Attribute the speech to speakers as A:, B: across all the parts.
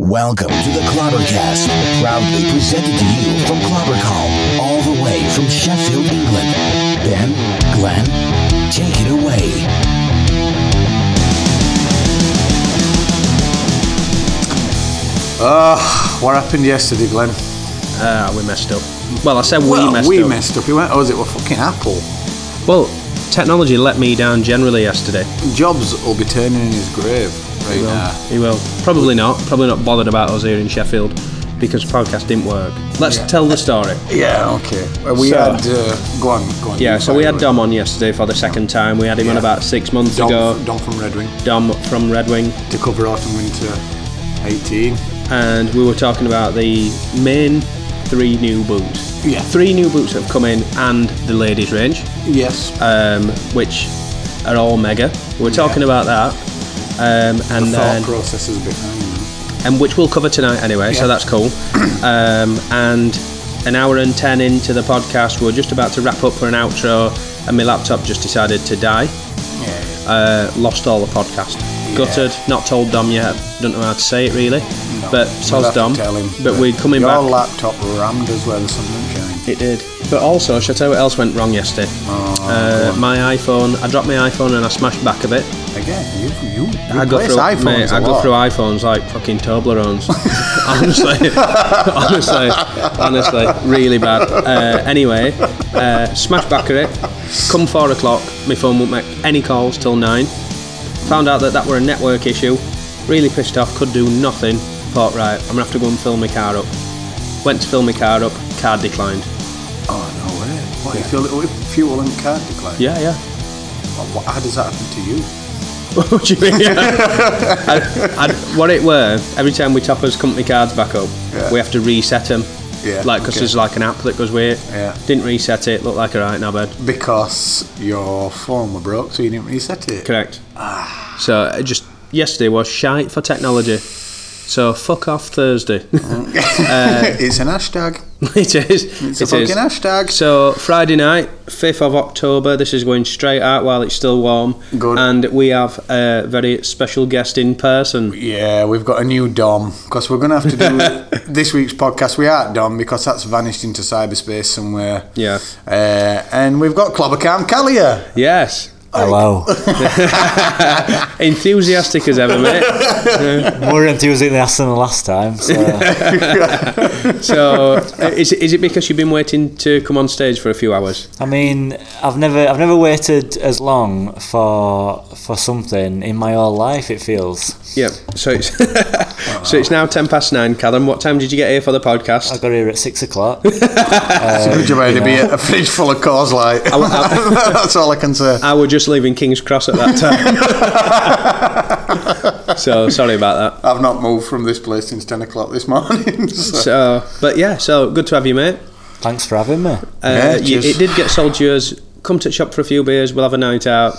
A: Welcome to the Clobbercast, proudly presented to you from Clobbercom, all the way from Sheffield, England. Ben, Glenn, take it away.
B: What happened yesterday, Glenn?
C: Ah, we messed up. Well, I said we
B: well,
C: messed
B: we
C: up.
B: messed up. We went, oh, is it were fucking Apple?
C: well, technology let me down generally yesterday.
B: Jobs will be turning in his grave right now.
C: He will. Probably not. Probably not bothered about us here in Sheffield because podcast didn't work. Let's tell the story.
B: Yeah, okay. Well, we
C: So-
B: had. Uh, go on, go on.
C: Yeah,
B: you
C: so we
B: fire
C: had
B: away.
C: Dom on yesterday for the second time. We had him on
B: Yeah.
C: about six months
B: Dom,
C: ago.
B: Dom from Red Wing
C: Dom from Red Wing.
B: to cover autumn winter 18.
C: And we were talking about the main three new boots.
B: Yeah.
C: Three new boots have come in and the ladies' range.
B: Yes.
C: um, which are all mega. We're talking about that, um, and
B: the
C: then
B: thought process is behind them.
C: and which we'll cover tonight anyway. So
B: Yeah.
C: that's cool. um, and an hour and ten into the podcast, we we're just about to wrap up for an outro, and my laptop just decided to die.
B: Yeah.
C: Uh, lost all the podcast. Gutted. Not told Dom yet. Don't know how to say it really. But
B: We'll
C: so's
B: have to
C: Dom.
B: tell him.
C: But we're coming
B: Your
C: back.
B: laptop rammed us where the sun didn't shine.
C: It did. But also, shall I tell you what else went wrong yesterday?
B: Oh,
C: uh, my iPhone. I dropped my iPhone and I smashed back a bit.
B: Again, you, you, you
C: I go
B: replace
C: through
B: iPhones
C: mate,
B: a
C: I go
B: lot.
C: through iPhones like fucking Toblerones. honestly, honestly, honestly, really bad. Uh, anyway, uh, smash back at it. Come four o'clock, my phone won't make any calls till nine. Found out that that were a network issue. Really pissed off. Could do nothing. Thought right, I'm gonna have to go and fill my car up. Went to fill my car up. Card declined.
B: Oh, no way. What, you feel it, fuel and card decline?
C: Yeah, yeah.
B: What, how does that happen to you?
C: What do you mean? I, I, what it were, every time we top us company cards back up,
B: Yeah.
C: we have to reset them.
B: Yeah,
C: Like, because
B: okay.
C: there's like an app that goes with it.
B: Yeah.
C: Didn't reset it, looked like a right now bed.
B: Because your phone were broke, so you didn't reset it.
C: Correct.
B: Ah.
C: so, it just yesterday was shite for technology. So, fuck off Thursday.
B: it's an hashtag.
C: it is.
B: Mm-hmm. It's a
C: Uh, it is.
B: fucking hashtag.
C: So, Friday night, 5th of October, this is going straight out while it's still warm.
B: Good.
C: And we have a very special guest in person.
B: Yeah, we've got a new Dom because we're going to have to do this week's podcast. We are Dom because that's vanished into cyberspace somewhere.
C: Yeah.
B: Uh, and we've got Clobbercam Callier.
C: Yes.
D: Hello.
C: Enthusiastic as ever, mate.
D: More enthusiastic than last time. So
C: So, uh, is, it- is it because you've been waiting to come on stage for a few hours?
D: I mean, I've never, I've never waited as long for for something in my whole life. It feels.
C: Yeah. So it's so it's now ten past nine. Callum, what time did you get here for the
D: I
C: podcast?
D: got here at six o'clock.
B: It's
C: Uh,
B: a good job to be a, a fridge full of cause light. that's all I can say.
C: I was just leaving King's Cross at that time. so sorry about
B: I've not moved from this place since ten o'clock this morning.
C: that.
B: so-
C: So, but yeah, so good to have you, mate.
D: Thanks for having me.
B: Yeah,
C: Uh, you,
B: cheers.
C: it did get sold to us. Come to the shop for a few beers. We'll have a night out.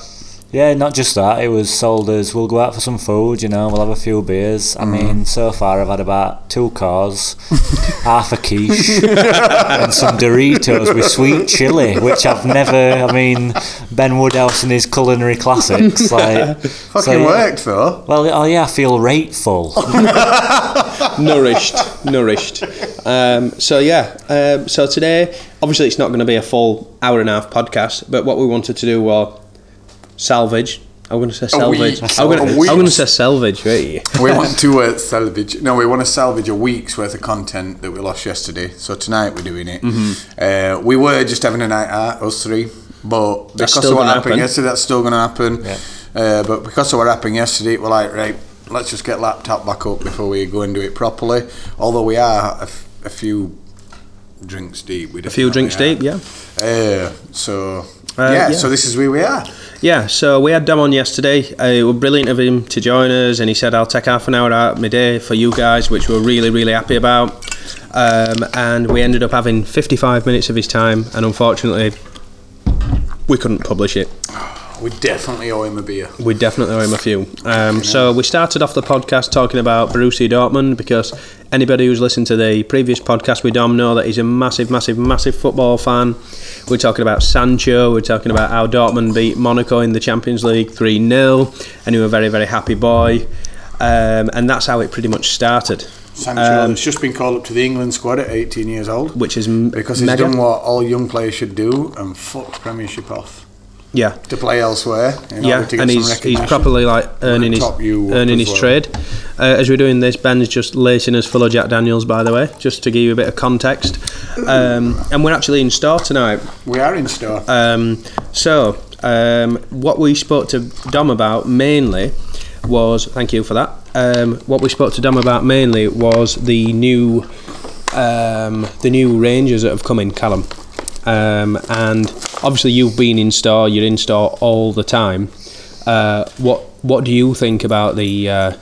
D: Yeah, not just that. It was sold as we'll go out for some food. You know, we'll have a few beers. I mean, so far I've had about two cars, half a quiche, and some Doritos with sweet chili, which I've never. I mean, Ben Woodhouse and his culinary classics. Like,
B: Fucking
D: so, yeah.
B: worked though.
D: Well, oh yeah, I feel rateful.
C: nourished, nourished. Um, so yeah, um, so today, obviously, it's not going to be a full hour and a half podcast, but what we wanted to do was salvage. I'm going to say salvage.
B: week.
C: I'm
B: A
C: going
B: week.
C: to say salvage. Right?
B: We want to uh, salvage. No, we want to salvage a week's worth of content that we lost yesterday. So tonight we're doing it. Uh,
C: Mm-hmm.
B: we were just having a night out, us three, but because
C: still
B: of what
C: gonna
B: happened
C: happen.
B: yesterday, that's still going to happen. Uh, but because of what happened yesterday, we're like, right, let's just get laptop back up before we go and do it properly. Although we are a, f- a few drinks deep. We
C: A few drinks deep. Yeah,
B: Uh, so yeah,
C: yeah.
B: so this is where we are.
C: yeah. So we had Dom on yesterday. Uh, it was brilliant of him to join us, and he said, "I'll take half an hour out of my day for you guys," which we're really, really happy about. Um, and we ended up having 55 minutes of his time, and unfortunately, we couldn't publish it.
B: We definitely owe him a beer.
C: We definitely owe him a few. Um, so we started off the podcast talking about Borussia Dortmund because anybody who's listened to the previous podcast with Dom know that he's a massive, massive, massive football fan. We're talking about Sancho. We're talking about how Dortmund beat Monaco in the Champions League 3-0 and he was a very, very happy boy. Um, and that's how it pretty much started, Um,
B: Sancho that's just been called up to the England squad at 18 years old
C: which is m-
B: because he's
C: mega.
B: done what all young players should do and fucked Premiership off
C: yeah,
B: to play elsewhere. In
C: yeah,
B: order to get
C: and
B: some
C: he's he's
B: recognition.
C: properly like earning his
B: top you up
C: earning
B: as
C: his
B: well.
C: trade. Uh, as we're doing this, Ben's just lacing us full of Jack Daniels, by the way, just to give you a bit of context. Um, and we're actually in store tonight.
B: We are in store.
C: Um, so, um, what we spoke to Dom about mainly was thank you for that. Um, what we spoke to Dom about mainly was the new um, the new Rangers that have come in, Callum. Um, and obviously, you've been in store. You're in store all the time. Uh, what What do you think about the uh,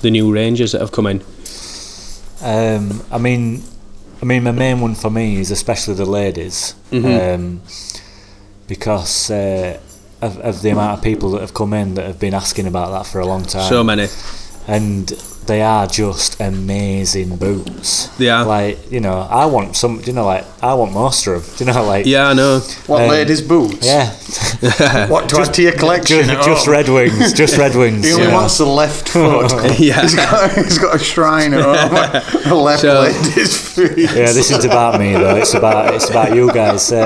C: the new Rangers that have come in?
D: Um, I mean, I mean, my main one for me is especially the ladies,
C: Mm-hmm.
D: um, because uh, of, of the amount of people that have come in that have been asking about that for a long time.
C: So many.
D: and they are just amazing boots.
C: They are.
D: Like you know, I want some. You know, like I want most of them. You know, like
C: Yeah, I know.
B: what
D: um,
B: ladies' boots?
D: yeah.
B: What to add to your collection?
D: just, just
B: Oh.
D: Red Wings. Just Red Wings.
B: He
D: you
B: only
D: know.
B: wants the left foot.
C: Yeah.
B: He's got, he's got a shrine at home. The left
C: So-
B: lady's feet.
D: Yeah, this isn't about me though. It's about it's about you guys. Uh,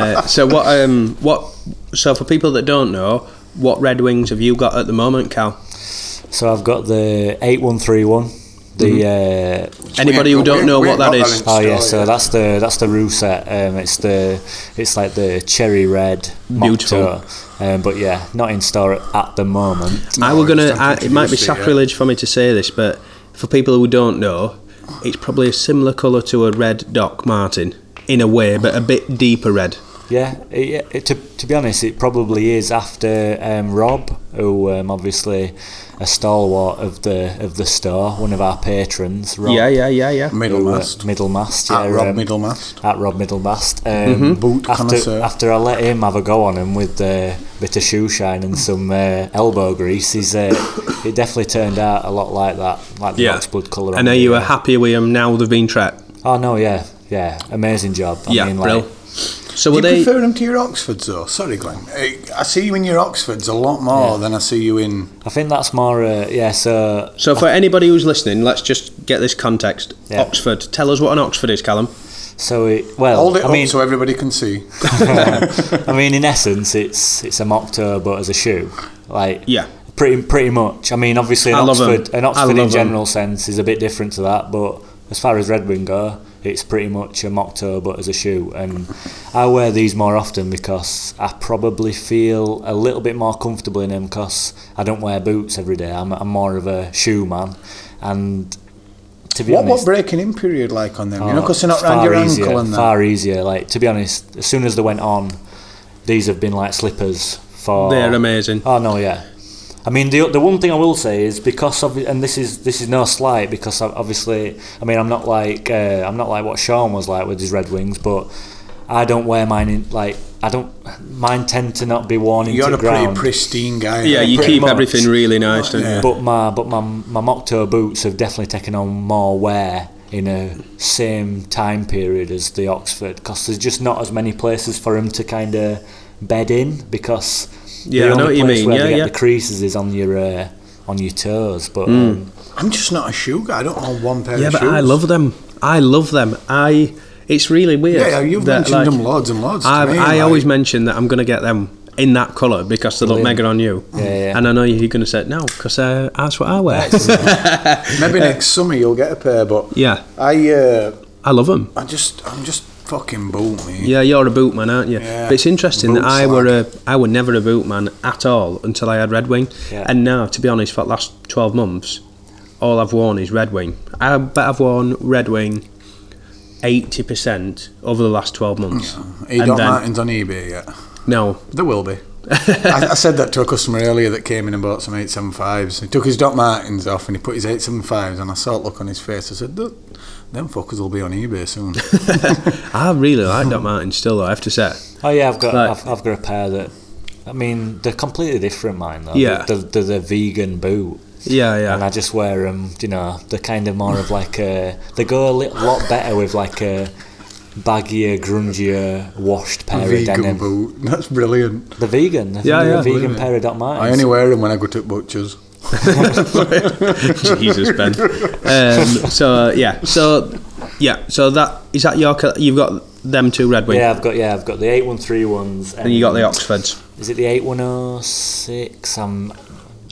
C: Uh, so what um what so for people that don't know what red wings have you got at the moment cal
D: so I've got the eight one three one. The uh,
C: Mm-hmm. anybody who
B: We-
C: don't
B: we-
C: know
B: we
C: what
B: got
C: that is
B: in
D: Oh yeah,
B: store
D: so
B: yet.
D: that's the that's the roof set. Um, it's the it's like the cherry red, mock
C: Beautiful.
D: toe. Um, but yeah, not in store at, at the moment.
C: i were
B: I
C: gonna
B: just don't
C: I,
B: think
C: it
B: you
C: might be
B: see it.
C: sacrilege for me to say this but for people who don't know it's probably a similar color to a red doc martin in a way but a bit deeper red
D: Yeah, it, yeah, it, to to be honest, it probably is after um, Rob, who um, obviously a stalwart of the of the store, one of our patrons. Rob,
C: yeah yeah yeah yeah
B: Middle
D: who, uh,
B: mast.
D: Middlemast,
B: At
D: yeah,
B: Rob
D: um,
B: Middlemast.
D: At Rob Middlemast.
C: Mm-hmm.
D: Um,
B: Boot
D: after,
B: connoisseur.
D: after I let him have a go on him with a bit of shoe shine and some uh, elbow grease, he's, uh, it definitely turned out a lot like that, like the uh,
C: Yeah.
D: box blood colour. on
C: and are
D: it,
C: you are
D: yeah.
C: happier with them now they've been tracked
D: Oh no, yeah, yeah, amazing job. I
C: yeah
D: mean, like,
C: brill so
B: Do
C: were
B: you
C: they
B: prefer him to your Oxfords, though? Sorry, Glenn. Eh, I see you in your Oxfords a lot more than I see you in.
D: I think that's more, uh, yeah. So
C: so for anybody who's listening let's just get this context
D: Yeah.
C: oxford tell us what an oxford is callum
D: so it well.
C: Oh,
B: Hold it
D: I
B: up
D: mean,
B: so everybody can see.
D: I mean, in essence, it's it's a mock toe, but as a shoe, like
C: Yeah.
D: pretty pretty much. I mean, obviously, an
C: I love 'em.
D: Oxford, an
C: I
D: Oxford
C: love
D: in
C: 'em.
D: general sense is a bit different to that, but as far as Red Wing go, it's pretty much a mock toe, but as a shoe. And I wear these more often because I probably feel a little bit more comfortable in them because I don't wear boots every day. I'm, I'm more of a shoe man, and to be
B: What
D: honest,
B: what breaking in period like on them? you know,
D: Oh,
B: because they're not
D: it's
B: round
D: far
B: your
D: easier,
B: ankle and that.
D: Far easier. Like to be honest, as soon as they went on, these have been like slippers for.
C: They're amazing.
D: Oh no, yeah. I mean, the the one thing I will say is because of, and this is this is no slight because ob- obviously, I mean, I'm not like uh, I'm not like what Sean was like with his Red Wings, but I don't wear mine in like I don't mine tend to not be worn into
B: You're a pretty
D: ground.
B: pristine guy.
C: yeah
B: aren't
C: you
D: pretty
C: keep
D: much.
C: everything really nice don't you
B: Yeah.
D: But my but my my mock toe boots have definitely taken on more wear in a same time period as the Oxford because there's just not as many places for him to kind of bed in because
C: Yeah, I
D: the
C: know
D: only
C: what you
D: place
C: mean.
D: where
C: Yeah,
D: they
C: yeah.
D: get the creases is on your uh, on your toes. But
C: Hmm.
D: um,
B: I'm just not a shoe guy. I don't own one pair
C: Yeah,
B: of
C: but
B: shoes.
C: I love them. I love them. I. It's really weird.
B: Yeah, yeah, you've
C: that,
B: mentioned them loads and loads to
C: I've-
B: me,
C: I
B: like-
C: always mention that I'm going to get them in that colour because they look
D: Brilliant.
C: mega on you.
D: Yeah, yeah.
C: And I know you're going to say no because uh, that's what I wear.
B: Maybe next summer you'll get a pair, but
C: yeah,
B: I, uh,
C: I love them.
B: I just, I'm just fucking boot me.
C: Yeah, you're a boot man, aren't you?
B: Yeah.
C: But it's interesting that
B: Boot
C: I were a, I were never a boot man at all until I had Red Wing.
D: Yeah.
C: And now, to be honest, for the last twelve months, all I've worn is Red Wing. I bet I've worn Red Wing eighty percent over the last twelve months.
B: He
C: And
B: got
C: then-
B: Martins on eBay yet?
C: No,
B: There will be. I, I said that to a customer earlier that came in and bought some 875s. He took his Doc Martens off and he put his 875s and I saw it look on his face. I said, "Th- them fuckers will be on eBay soon.
C: I really like Doc Martin still, though, I have to say.
D: oh yeah, I've got
C: Right.
D: I've, I've got a pair that. I mean, they're completely different, mine though.
C: Yeah.
D: they're, they're, they're the vegan boot.
C: Yeah,
D: and
C: yeah.
D: I just wear them. You know, they're kind of more of like a. They go a little, lot better with like a baggier, grungier, washed pair of
B: Vegan
D: denim.
B: boot. That's brilliant.
D: They're vegan.
C: Yeah,
D: they're
C: yeah.
D: A vegan pair of Doc
B: I
D: Martens.
B: only wear them when I go to butchers.
C: Jesus, Ben. Um, so yeah, so yeah, so that is that your. col- You've got them two Red Wing,
D: Yeah, I've got yeah, I've got the eight one three ones.
C: and you got the Oxfords,
D: Is it the eight one oh six? I'm.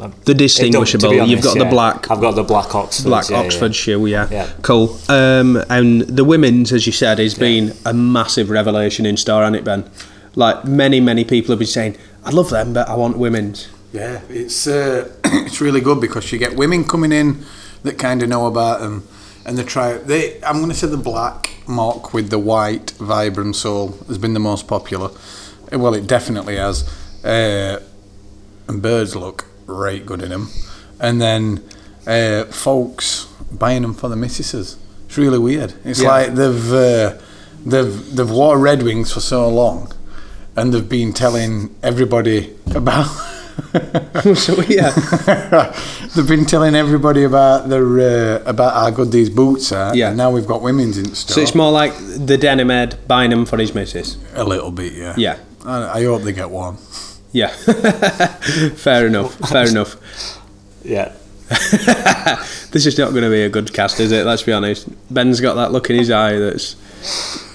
D: I'm
C: the distinguishable. you've got the black,
D: I've got the black Oxford.
C: black
D: yeah, yeah.
C: Oxfordshire. Yeah.
D: Yeah.
C: cool. Um, and the women's, as you said, has been a massive revelation in Star, hasn't it, Ben? Like many, many people have been saying, "I love them, but I want women's."
B: Yeah, it's uh, it's really good because you get women coming in that kind of know about them, and they try. They I'm going to say the black mock with the white vibrant soul has been the most popular. Eh, Well, it definitely has. Uh, and birds look right good in them, and then uh, folks buying them for the missuses. It's really weird. It's
C: Yeah.
B: like they've uh, they've they've wore Red Wings for so long, and they've been telling everybody about.
C: so yeah,
B: They've been telling everybody about their uh, about how good these boots are.
C: Yeah.
B: And now we've got women's in store.
C: so it's more like the denim head buying them for his missus.
B: a little bit, yeah.
C: Yeah.
B: I, I hope they get one.
C: Yeah, fair enough. Fair enough.
D: Yeah.
C: This is not going to be a good cast, is it? Let's be honest. Ben's got that look in his eye. That's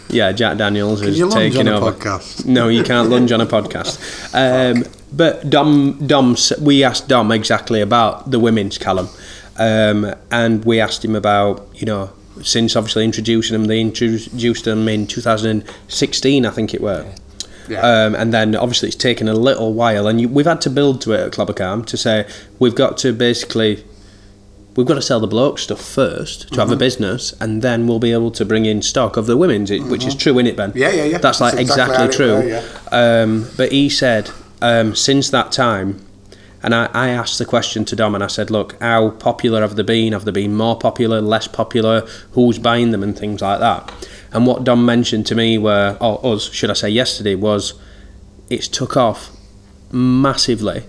C: yeah. Jack Daniels is
B: you lunge on
C: taking
B: a
C: over.
B: podcast?
C: No, you can't lunge on a podcast. Um, but Dom, Dom, s- we asked Dom exactly about the women's column, um, and we asked him about you know since obviously introducing them, they introduced them in 2016, I think it were.
B: Yeah.
C: Um, and then obviously it's taken a little while, and you, we've had to build to it at Clubbercam to say we've got to basically we've got to sell the bloke stuff first to
B: Mm-hmm.
C: have a business, and then we'll be able to bring in stock of the women's, it- which is true, is it, Ben?
B: Mm-hmm. Yeah, yeah, yeah.
C: That's like
B: That's
C: exactly,
B: exactly how it
C: true.
B: were,
C: um, but he said um, since that time, and I, I asked the question to Dom, and I said, look, how popular have they been? Have they been more popular, less popular? Who's buying them, and things like that. And what Dom mentioned to me were, or us, should I say, yesterday was, it's took off massively.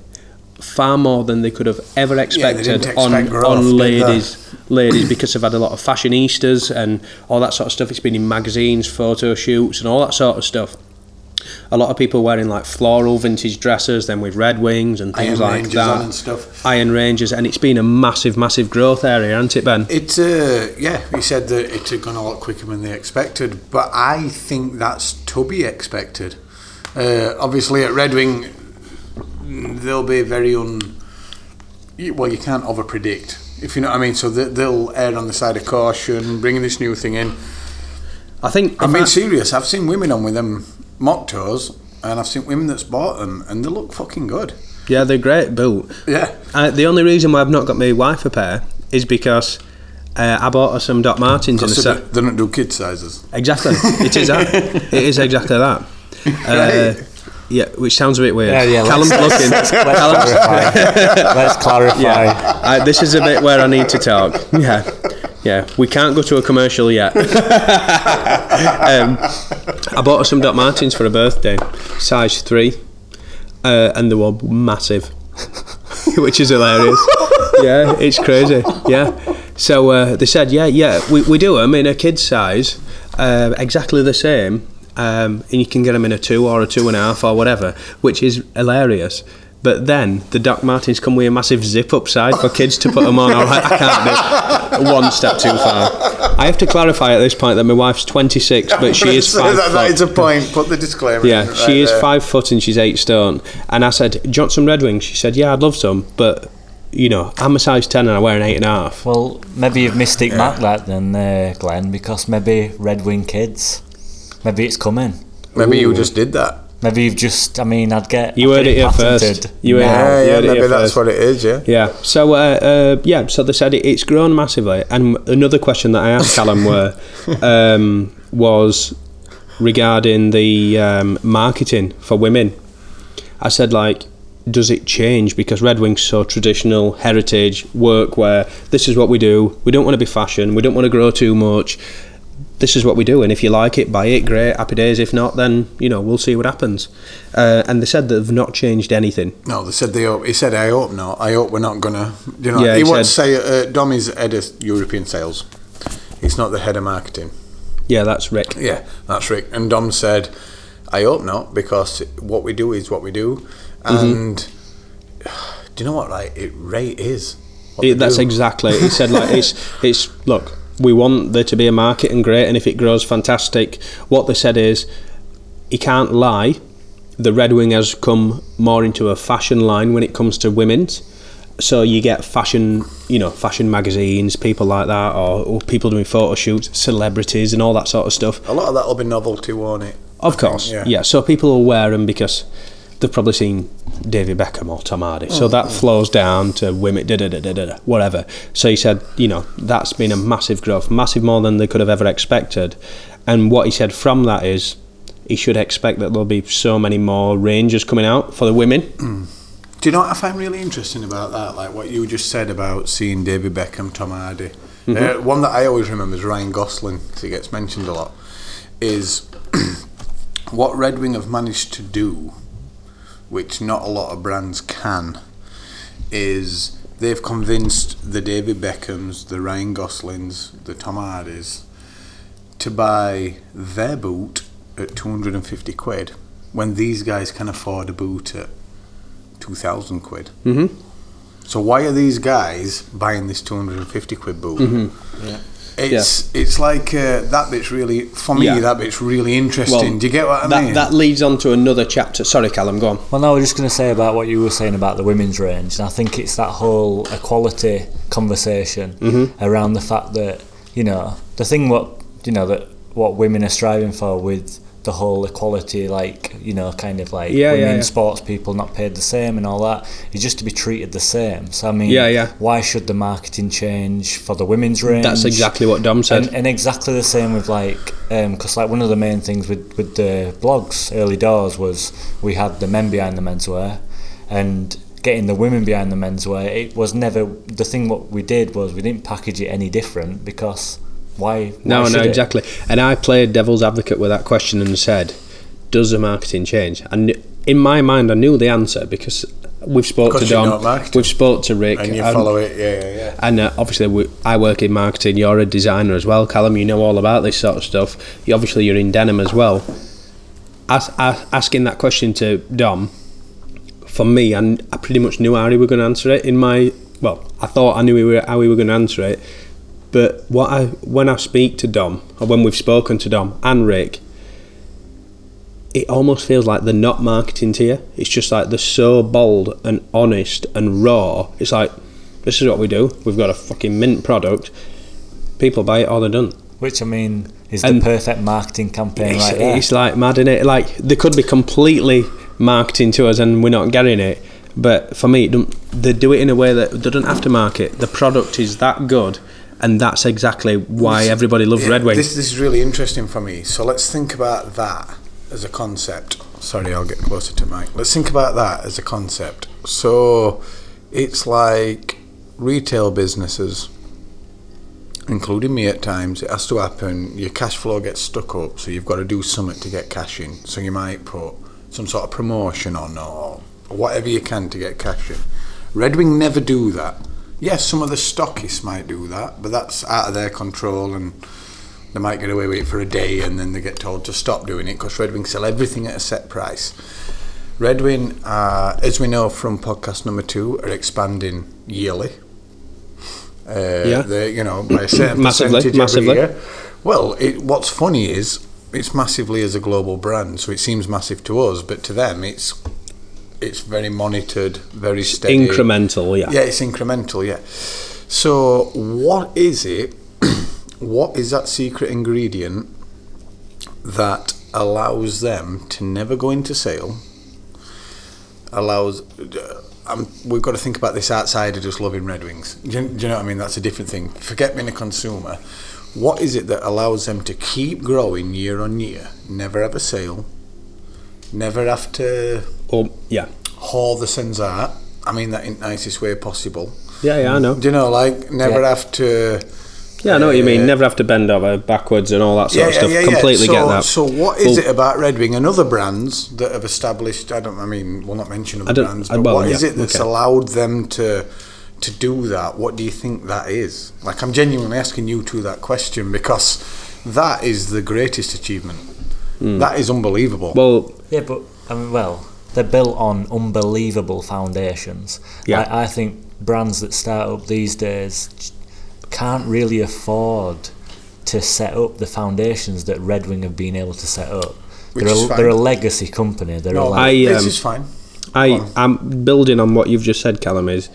C: Far more than they could have ever expected
B: didn't
C: on,
B: expect growth, did
C: on
B: they?
C: ladies ladies because they've had a lot of fashionistas and all that sort of stuff. It's been in magazines, photo shoots, and all that sort of stuff. A lot of people wearing like floral vintage dresses, then with red wings and things
B: Iron
C: like
B: Rangers
C: that.
B: on and stuff.
C: Iron Rangers, and it's been a massive, massive growth area, hasn't it, Ben?
B: It uh, yeah, he said that it had gone a lot quicker than they expected, but I think that's to be expected. Uh, obviously, at Red Wing, they'll be very un. you- Well, you can't over predict, if you know what I mean. So they- they'll err on the side of caution, bringing this new thing in.
C: I think.
B: I'm
C: if
B: being serious. I've seen women on with them mock toes, and I've seen women that's bought them, and they look fucking good.
C: yeah, they're great, but
B: Yeah.
C: Uh, the only reason why I've not got my wife a pair is because uh, I bought her some Doc Martens in a
B: So
C: set.
B: they don't do kid sizes.
C: Exactly. It is that. it is exactly that. Uh, yeah, which sounds a bit weird.
D: Yeah, yeah.
C: Callum's
D: let's,
C: looking.
D: Let's, let's
C: Callum's-
D: clarify. let's clarify.
C: yeah. I, this is a bit where I need to talk. Yeah. Yeah. We can't go to a commercial yet. um, I bought her some Doc Martens for her birthday, size three, uh, and they were massive, which is hilarious. Yeah, it's crazy. Yeah. So uh, they said, yeah, yeah, we, we do them in a kid's size, uh, exactly the same, um, and you can get them in a two or a two and a half or whatever, which is hilarious. But then the Doc Martens come with a massive zip up side for kids to put them on. I'm like, I can't do it. one step too far. I have to clarify at this point that my wife's 26, but she is
B: So
C: five
B: that, that
C: foot.
B: is a point. Put the disclaimer.
C: Yeah,
B: in right uh,
C: she is
B: there.
C: five foot and she's eight stone. And I said, Do you want some Red Wings? She said, Yeah, I'd love some, but you know, I'm a size ten and I wear an eight and a half.
D: Well, maybe you've mystic marked that then, uh, Glenn, because maybe Red Wing Kids. Maybe it's coming.
B: Maybe you just did that.
D: Maybe you've just. I mean, I'd get.
C: You
D: I'd
C: heard
D: get
C: it here
D: patented.
C: first. You heard
B: Yeah,
C: it. You
B: yeah,
C: heard it
B: maybe
C: here
B: that's
C: first.
B: what it is, yeah.
C: Yeah. So uh, uh, yeah. So they said it, it's grown massively. And another question that I asked Callum were, um, was regarding the um, marketing for women. I said like, does it change because Red Wing's so traditional, heritage, workwear. This is what we do. We don't want to be fashion. We don't want to grow too much. This is what we do, and if you like it, buy it. Great, happy days. If not, then you know we'll see what happens. Uh, and they said that they've not changed anything.
B: No, they said they hope. He said, "I hope not. I hope we're not gonna." You know,
C: Yeah,
B: he,
C: he
B: won't
C: said-
B: say. Uh, Dom is head of European sales. He's not the head of marketing.
C: Yeah, that's Rick.
B: Yeah, that's Rick. And Dom said,
C: Mm-hmm.
B: "I hope not, because what we do is what we do." And Do you know what? Right, it rate is. what
C: It,
B: they
C: that's
B: do.
C: exactly. He said like it's it's look. We want there to be a market and great, and if it grows, fantastic. What they said is, he can't lie. The Red Wing has come more into a fashion line when it comes to women's. So you get fashion, you know, fashion magazines, people like that, or, or people doing photo shoots, celebrities, and all that sort of stuff.
B: a lot of that will be novelty, won't it?
C: Of course,
B: yeah.
C: yeah. So people will wear them because they've probably seen David Beckham or Tom Hardy.
B: Mm.
C: So that flows down to women, da da da da da, da, whatever. So he said, you know, that's been a massive growth, massive more than they could have ever expected. And what he said from that is, he should expect that there'll be so many more ranges coming out for the women.
B: Do you know what I find really interesting about that? Like what you just said about seeing David Beckham, Tom Hardy.
C: Mm-hmm.
B: Uh, one that I always remember is Ryan Gosling, 'cause he gets mentioned a lot. Is what Red Wing have managed to do, which not a lot of brands can, is they've convinced the David Beckhams, the Ryan Goslings, the Tom Hardys to buy their boot at 250 quid when these guys can afford a boot at 2,000 quid. Mm-hmm. So why are these guys buying this 250 quid boot? It's it's like uh, that bit's really for me
C: Yeah.
B: that bit's really interesting. Do you get what I
C: that,
B: mean?
C: That leads on to another chapter. Sorry, Callum, go on.
D: Well, no, I was just going to say about what you were saying about the women's range, and I think it's that whole equality conversation
C: Mm-hmm.
D: around the fact that you know the thing what you know that what women are striving for with the whole equality, like you know, kind of like
C: Yeah, yeah,
D: women
C: yeah.
D: sports people not paid the same and all that, is just to be treated the same. So I mean,
C: Yeah, yeah.
D: Why should the marketing change for the women's range?
C: That's exactly what Dom said.
D: And, and exactly the same with like, because like one of the main things with with the blogs early doors was we had the men behind the menswear, and getting the women behind the menswear. It was never the thing. What we did was we didn't package it any different because why?
C: No,
D: why
C: no,
D: should it?
C: exactly. And I played devil's advocate with that question and said, "Does the marketing change?" And in my mind, I knew the answer because we've spoke to
B: Because you know
C: Dom,
B: marketing.
C: we've spoke to Rick,
B: and you follow it, yeah, yeah, yeah.
C: and uh, obviously, we, I work in marketing. You're a designer as well, Callum. You know all about this sort of stuff. You, obviously, you're in denim as well. As, as, asking that question to Dom, for me, and I pretty much knew how he were going to answer it. In my well, I thought I knew we were, how we were going to answer it. But what I when I speak to Dom, or when we've spoken to Dom and Rick, it almost feels like they're not marketing to you. It's just like they're so bold and honest and raw. It's like, this is what we do. We've got a fucking mint product. People buy it or they're done.
D: Which I mean is
C: And-
D: the perfect marketing campaign
C: It's,
D: right there.
C: it's like mad, is it? Like, they could be completely marketing to us and we're not getting it. But for me, it don't- they do it in a way that they don't have to market. The product is that good, and that's exactly why everybody loves
B: Yeah,
C: Red Wing.
B: This, this is really interesting for me. So let's think about that as a concept. Sorry, I'll get closer to Mike. Let's think about that as a concept. So it's like retail businesses, including me at times, it has to happen. Your cash flow gets stuck up, so you've got to do something to get cash in. So you might put some sort of promotion on or whatever you can to get cash in. Red Wing never do that. Yes, some of the stockists might do that, but that's out of their control and they might get away with it for a day and then they get told to stop doing it because Red Wing sell everything at a set price. Red Wing, uh, as we know from podcast number two, are expanding yearly. Uh,
C: Yeah.
B: they- you know, by a certain
C: Massively,
B: percentage
C: massively.
B: every year. Well, it, what's funny is it's massively as a global brand, so it seems massive to us, but to them, it's it's very monitored, very steady.
C: Incremental, yeah.
B: Yeah, it's incremental, yeah. So, what is it? what is that secret ingredient that allows them to never go into sale? Allows. Um, we've got to think about this outside of just loving Red Wings. Do you, do you know what I mean? That's a different thing. Forget being a consumer. What is it that allows them to keep growing year on year? Never have a sale. Never have to
C: Or, yeah.
B: haul the sins out. I mean that in the nicest way possible.
C: Yeah, yeah, I know.
B: Do you know, like, never
D: Yeah.
B: have to.
C: Yeah, I know what you mean.
B: Uh,
C: Never have to bend over backwards and all that sort of stuff. Completely
B: so,
C: get that.
B: So, what is it
C: Well,
B: about Red Wing and other brands that have established? I don't. I mean, we'll not mention other
C: don't-
B: brands,
C: I-
B: but
C: well,
B: what is
C: yeah,
B: it that's
C: okay.
B: allowed them to to do that? What do you think that is? Like, I'm genuinely asking you two that question because that is the greatest achievement. That is unbelievable.
C: Hmm. Well,
D: yeah, but I mean, um, well, they're built on unbelievable foundations.
C: Yeah.
D: I, I think brands that start up these days j- can't really afford to set up the foundations that Red Wing have been able to set up.
B: Which
D: they're,
B: is
D: a,
B: fine.
D: they're a legacy company. They're a
B: No,
D: like,
C: I,
B: this
C: um,
B: is fine.
C: I I'm building on what you've just said, Callum. Is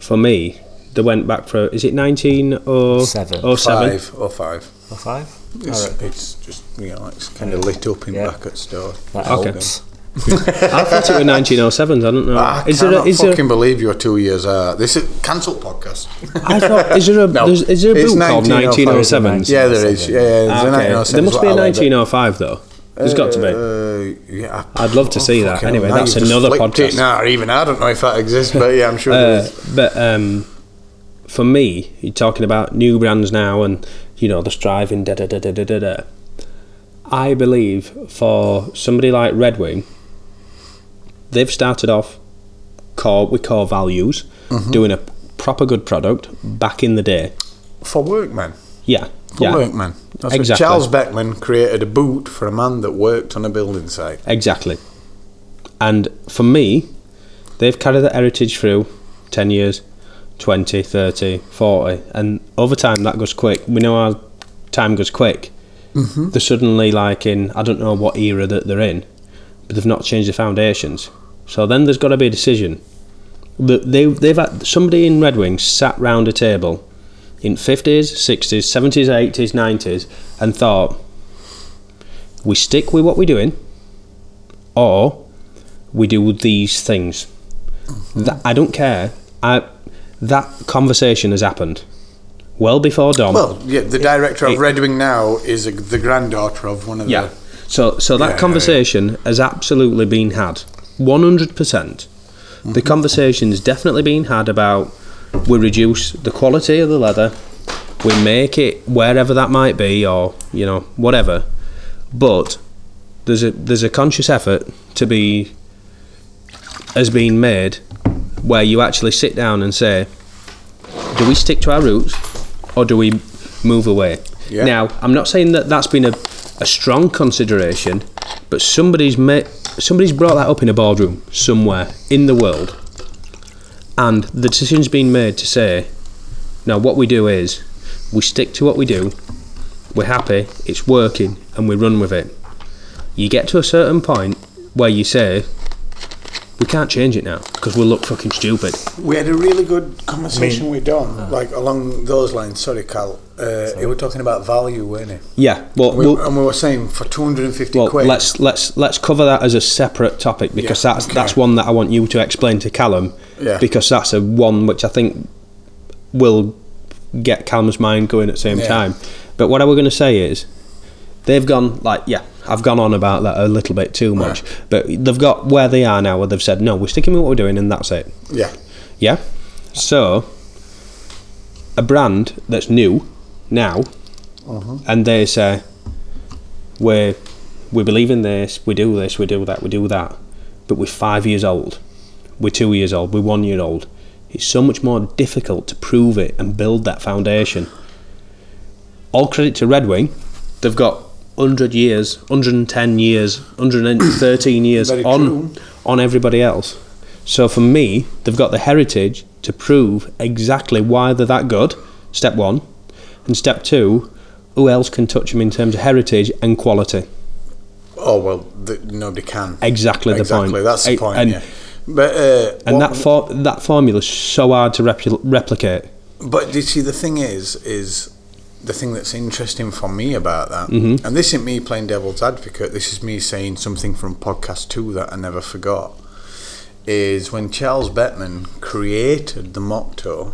C: for me, they went back for is it nineteen or
D: Seven.
C: or oh seven?
B: Five or five.
D: a five.
B: It's, it's just you know, it's kind of lit up in
D: Yeah.
B: back at store.
D: That
C: Okay.
D: helps.
C: I thought it was nineteen oh sevens. I don't know.
B: I
C: is there
B: cannot
C: a, is there,
B: fucking believe you're two years out. This is cancelled podcast.
C: I thought is there a
B: No,
C: there's- is there a
B: it's
C: book
B: 1905.
C: called nineteen oh sevens? Ah,
B: Yeah, there is. Yeah, there's a 1907
C: There must
B: is what
C: be a
B: I like, but-
C: nineteen oh five though. There's got to be.
B: Uh, yeah, I-
C: I'd love to see that.
B: fucking
C: Anyway,
B: hell,
C: that's
B: you've just
C: another
B: flipped it
C: podcast.
B: now, or even I don't know if that exists, but yeah, I'm sure there
C: Uh,
B: is.
C: but um, for me, you're talking about new brands now, and you know the striving da da da da da da. da. I believe for somebody like Red Wing, they've started off core with core values, doing a proper good product back in the day.
B: for workmen.
C: Yeah,
B: For
C: yeah,
B: workmen. That's what
C: Exactly.
B: Charles Beckman created a boot for a man that worked on a building site.
C: exactly. And for me, they've carried that heritage through 10 years 20 30 40 and over time that goes quick we know our time goes quick mm-hmm. they're suddenly like in i don't know what era that they're in but they've not changed the foundations so then there's got to be a decision The- they, they've had somebody in red wing sat round a table in 50s 60s 70s 80s 90s and thought we stick with what we're doing or we do these things that I don't care. I that conversation has happened well before Dom.
B: Well, yeah, the director
C: it-
B: of Red Wing now is a, the granddaughter of one of
C: yeah.
B: the.
C: So so that
B: Yeah, yeah,
C: conversation has absolutely been had, one hundred percent. The
B: Mm-hmm.
C: conversation's definitely been had about we reduce the quality of the leather, we make it wherever that might be, or you know whatever. But there's a there's a conscious effort to be has been made where you actually sit down and say, do we stick to our roots or do we move away?
B: Yeah.
C: Now, I'm not saying that that's been a, a strong consideration, but somebody's ma- somebody's brought that up in a boardroom somewhere in the world, and the decision's been made to say, now what we do is we stick to what we do, we're happy, it's working, and we run with it. You get to a certain point where you say, we can't change it now because we'll look fucking stupid.
B: We had a really good conversation with Don, like along those lines. Sorry, Cal. Uh, you were talking about value, weren't you?
C: Yeah, well,
B: We,
C: we'll,
B: and we were saying for 250
C: well
B: quid.
C: let's let's let's cover that as a separate topic because
B: Yeah,
C: that's
B: okay.
C: that's one that I want you to explain to Callum
B: Yeah.
C: because that's a one which I think will get Callum's mind going at the same
B: Yeah.
C: time. But what I was going to say is they've gone like yeah, I've gone on about that a little bit too much, but they've got where they are now where they've said no, we're sticking with what we're doing and that's it.
B: yeah.
C: Yeah. So, a brand that's new now, and they say, we we believe in this, we do this, we do that, we do that, but we're five years old, we're two years old, we're one year old. It's so much more difficult to prove it and build that foundation. All credit to Red Wing, they've got 100 years, 110 years, 113 years
B: Very
C: on
B: true.
C: on everybody else. So for me, they've got the heritage to prove exactly why they're that good. Step one, and step two, who else can touch them in terms of heritage and quality?
B: Oh well, the, nobody can.
C: Exactly the
B: exactly,
C: point.
B: That's the
C: Eh,
B: point.
C: and-
B: yeah. But uh,
C: And
B: what-
C: that for, that formula is so hard to repu- replicate.
B: But do you see, the thing is, is the thing that's interesting for me about that, and this isn't me playing devil's advocate. This is me saying something from podcast two that I never forgot. Is when Charles Bettman created the Mocto,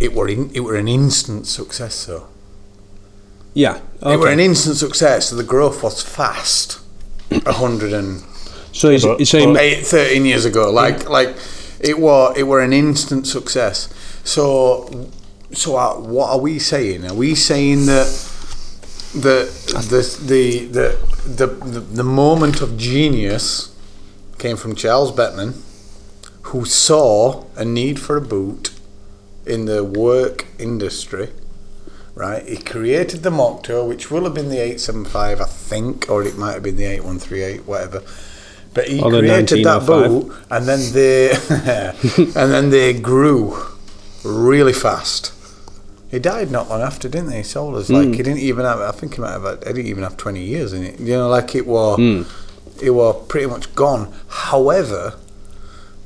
B: it were in, it were an instant success. Though
C: Yeah.
B: it were
C: okay.
B: an instant success. So the growth was fast. A hundred and
C: So he's,
D: But-
C: he's saying
B: eight, 13 years ago. Like like it was it were an instant success. So so uh, what are we saying? Are we saying that the the the the the, the, the moment of genius came from Charles Bettman, who saw a need for a boot in the work industry. Right, he created the Mocto, which will have been the 875, I think, or it might have been the 8138, whatever. But he
C: Or the
B: created that
C: 1905.
B: boot, and then they and then they grew really fast. He died not long after, didn't he? Solders like
C: Hmm.
B: he didn't even have. I think he might have. Had, he didn't even have twenty years in it. You know, like it was.
C: Hmm.
B: It was pretty much gone. However,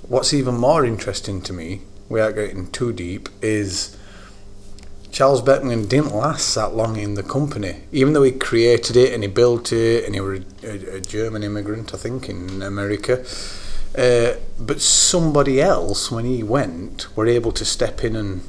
B: what's even more interesting to me, without getting too deep, is Charles Beckman didn't last that long in the company, even though he created it and he built it, and he was a, a, a German immigrant, I think, in America. Uh, but somebody else, when he went, were able to step in and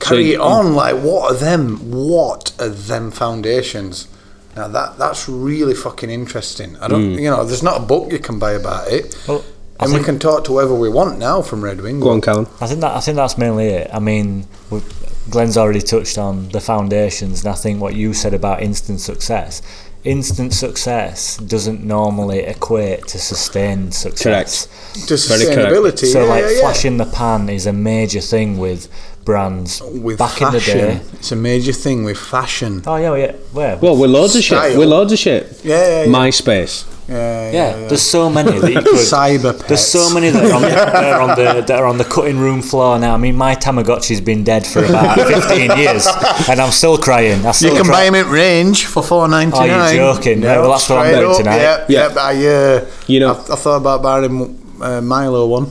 B: carry
C: you-
B: it on. Like, what are them? What are them foundations? Now that that's really fucking interesting. I
C: Hmm.
B: don't, you know, there's not a book you can buy about it,
D: Well, I
B: and we
D: think-
B: can talk to whoever we want now from Red Wing.
C: Go on, Callum.
D: I think that I think that's mainly it. I mean, we- Glenn's already touched on the foundations, and I think what you said about instant success. Instant success doesn't normally equate to sustained success.
C: Correct.
B: to
C: Very correct.
B: sustainability.
D: So,
B: yeah,
D: like,
B: yeah, yeah.
D: flash in the pan is a major thing with brands
B: Oh, with
D: back in the
B: fashion.
D: day.
B: It's a major thing with fashion.
D: Oh yeah, yeah. Where?
C: Well, we're loads of shit.
B: Style.
C: We're loads of shit.
B: Yeah, yeah, yeah.
C: MySpace.
B: Yeah,
D: yeah, there's so many that you could.
B: Cyber pets.
D: There's so many that are, on the, that, are on the, that are on the cutting room floor now. I mean, my Tamagotchi's been dead for about 15 years, and I'm still crying. I
B: You
D: still
B: can
D: cry.
B: buy them at Range for four ninety nine.
D: Are you joking? No, well, that's what I'm doing tonight.
B: Yeah,
C: Yeah.
B: yeah. but I, uh,
C: You know-
B: I, I thought about buying uh, Milo one.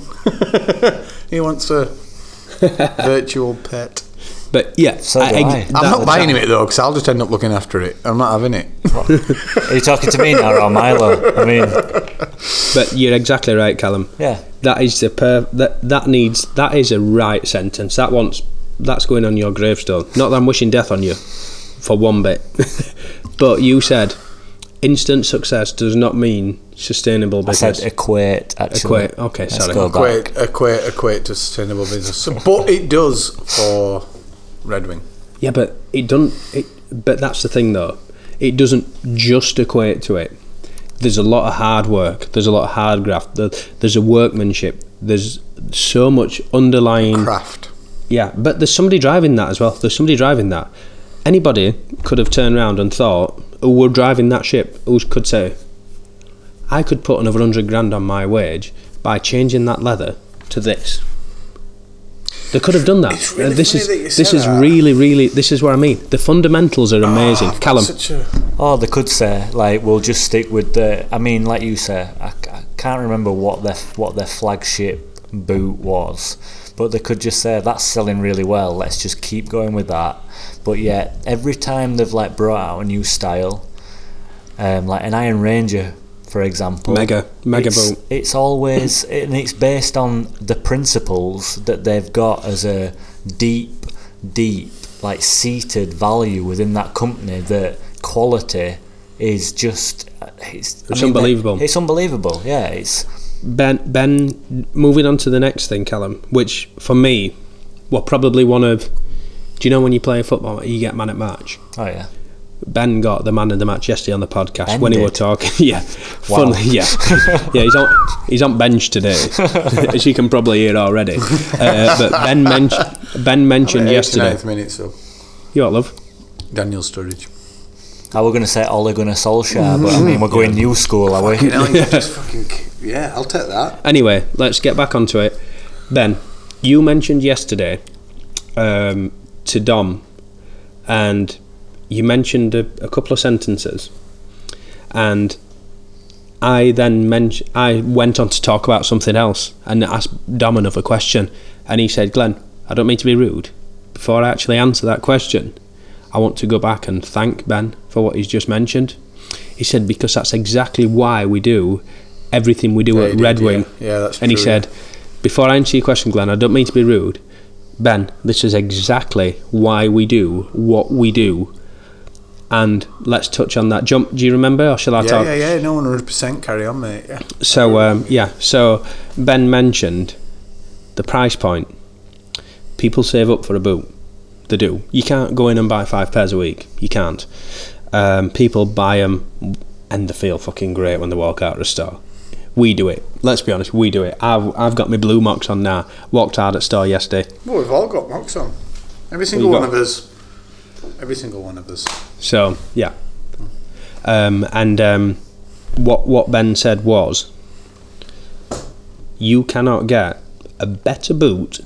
B: he wants a virtual pet.
C: But yeah,
D: So do I. I'm
B: I'm
C: that-
B: not buying him it though, because I'll just end up looking after it. I'm not having it.
D: Are you talking to me now or Milo? I mean,
C: But you're exactly right, Callum.
D: yeah.
C: That is the per that that needs that is a right sentence. That wants that's going on your gravestone. Not that I'm wishing death on you for one bit. but you said instant success does not mean sustainable
D: I
C: business.
D: said equate, actually.
C: Equate, okay,
D: Let's
C: sorry.
D: Go back.
B: Equate, equate, equate to sustainable business, So- but it does for Red Wing.
C: yeah, but it doesn't it but that's the thing though. It doesn't just equate to it. There's a lot of hard work. There's a lot of hard graft. there- There's a workmanship. There's so much underlying
B: Craft.
C: Yeah, but there's somebody driving that as well. There's somebody driving that. Anybody could have turned around and thought, who were driving that ship, who could say, I could put another hundred grand on my wage by changing that leather to this. They could have done that.
B: It's really
C: Uh, this
B: funny
C: is
B: that you
C: this
B: say
C: is
B: that. Ah,
C: really, really. This is what I mean. The fundamentals are amazing, Callum.
B: Such a
D: Or Oh, they could say, like, we'll just stick with the. I mean, like you say, I, c- I can't remember what their what their flagship boot was, but they could just say that's selling really well. Let's just keep going with that. But yet, every time they've like brought out a new style, um, like an Iron Ranger, for example,
C: Mega- mega
D: it's,
C: boot.
D: It's always and it's based on the principles that they've got as a deep, deep, like seated value within that company. That quality is just it's, I
C: It's
D: mean, they-
C: unbelievable.
D: It's unbelievable. Yeah, it's
C: Ben, Ben, moving on to the next thing, Callum, which for me, were probably one of. Do you know when you play football, you get man at match?
D: oh yeah.
C: Ben got the man of the match yesterday on the podcast
D: Ben
C: when he
D: did?
C: were talking. yeah,
D: Wow.
C: Funnily, yeah, yeah. He's on he's on bench today, as you can probably hear already. Uh, but Ben men- Ben mentioned yesterday.
B: 89th minute, so
C: You all love.
B: Daniel Sturridge.
D: I were going to say Ole Gunnar Solskjaer, but I
C: Mm-hmm.
D: mean we're going new school, are we?
B: yeah, I'll take that.
C: Anyway, let's get back onto it. Ben, you mentioned yesterday um, to Dom, and you mentioned a, a couple of sentences, and I then mentioned I went on to talk about something else and asked Dom another question, and he said, "Glenn, I don't mean to be rude. Before I actually answer that question, I want to go back and thank Ben for what he's just mentioned." He said because that's exactly why we do everything we do
B: Yeah,
C: at
B: he did,
C: Red Wing.
B: yeah. Yeah, that's
C: And he
B: true,
C: said, "Before I answer your question, Glenn, I don't mean to be rude. Ben, this is exactly why we do what we do." And let's touch on that jump. Do you remember, or shall I
B: Yeah,
C: talk?
B: yeah, yeah. No, one hundred percent. Carry on, mate. Yeah.
C: So um, yeah, so Ben mentioned the price point. People save up for a boot. They do. You can't go in and buy five pairs a week. You can't. Um, people buy them and they feel fucking great when they walk out of the store. We do it. Let's be honest, we do it. I've, I've got my blue marks on now. Walked out at store yesterday.
B: Well, we've all got mocks on. Every single
C: Well, you
B: one of
C: got-
B: us. Every single one of us.
C: So yeah, um, and um, what what Ben said was, you cannot get a better boot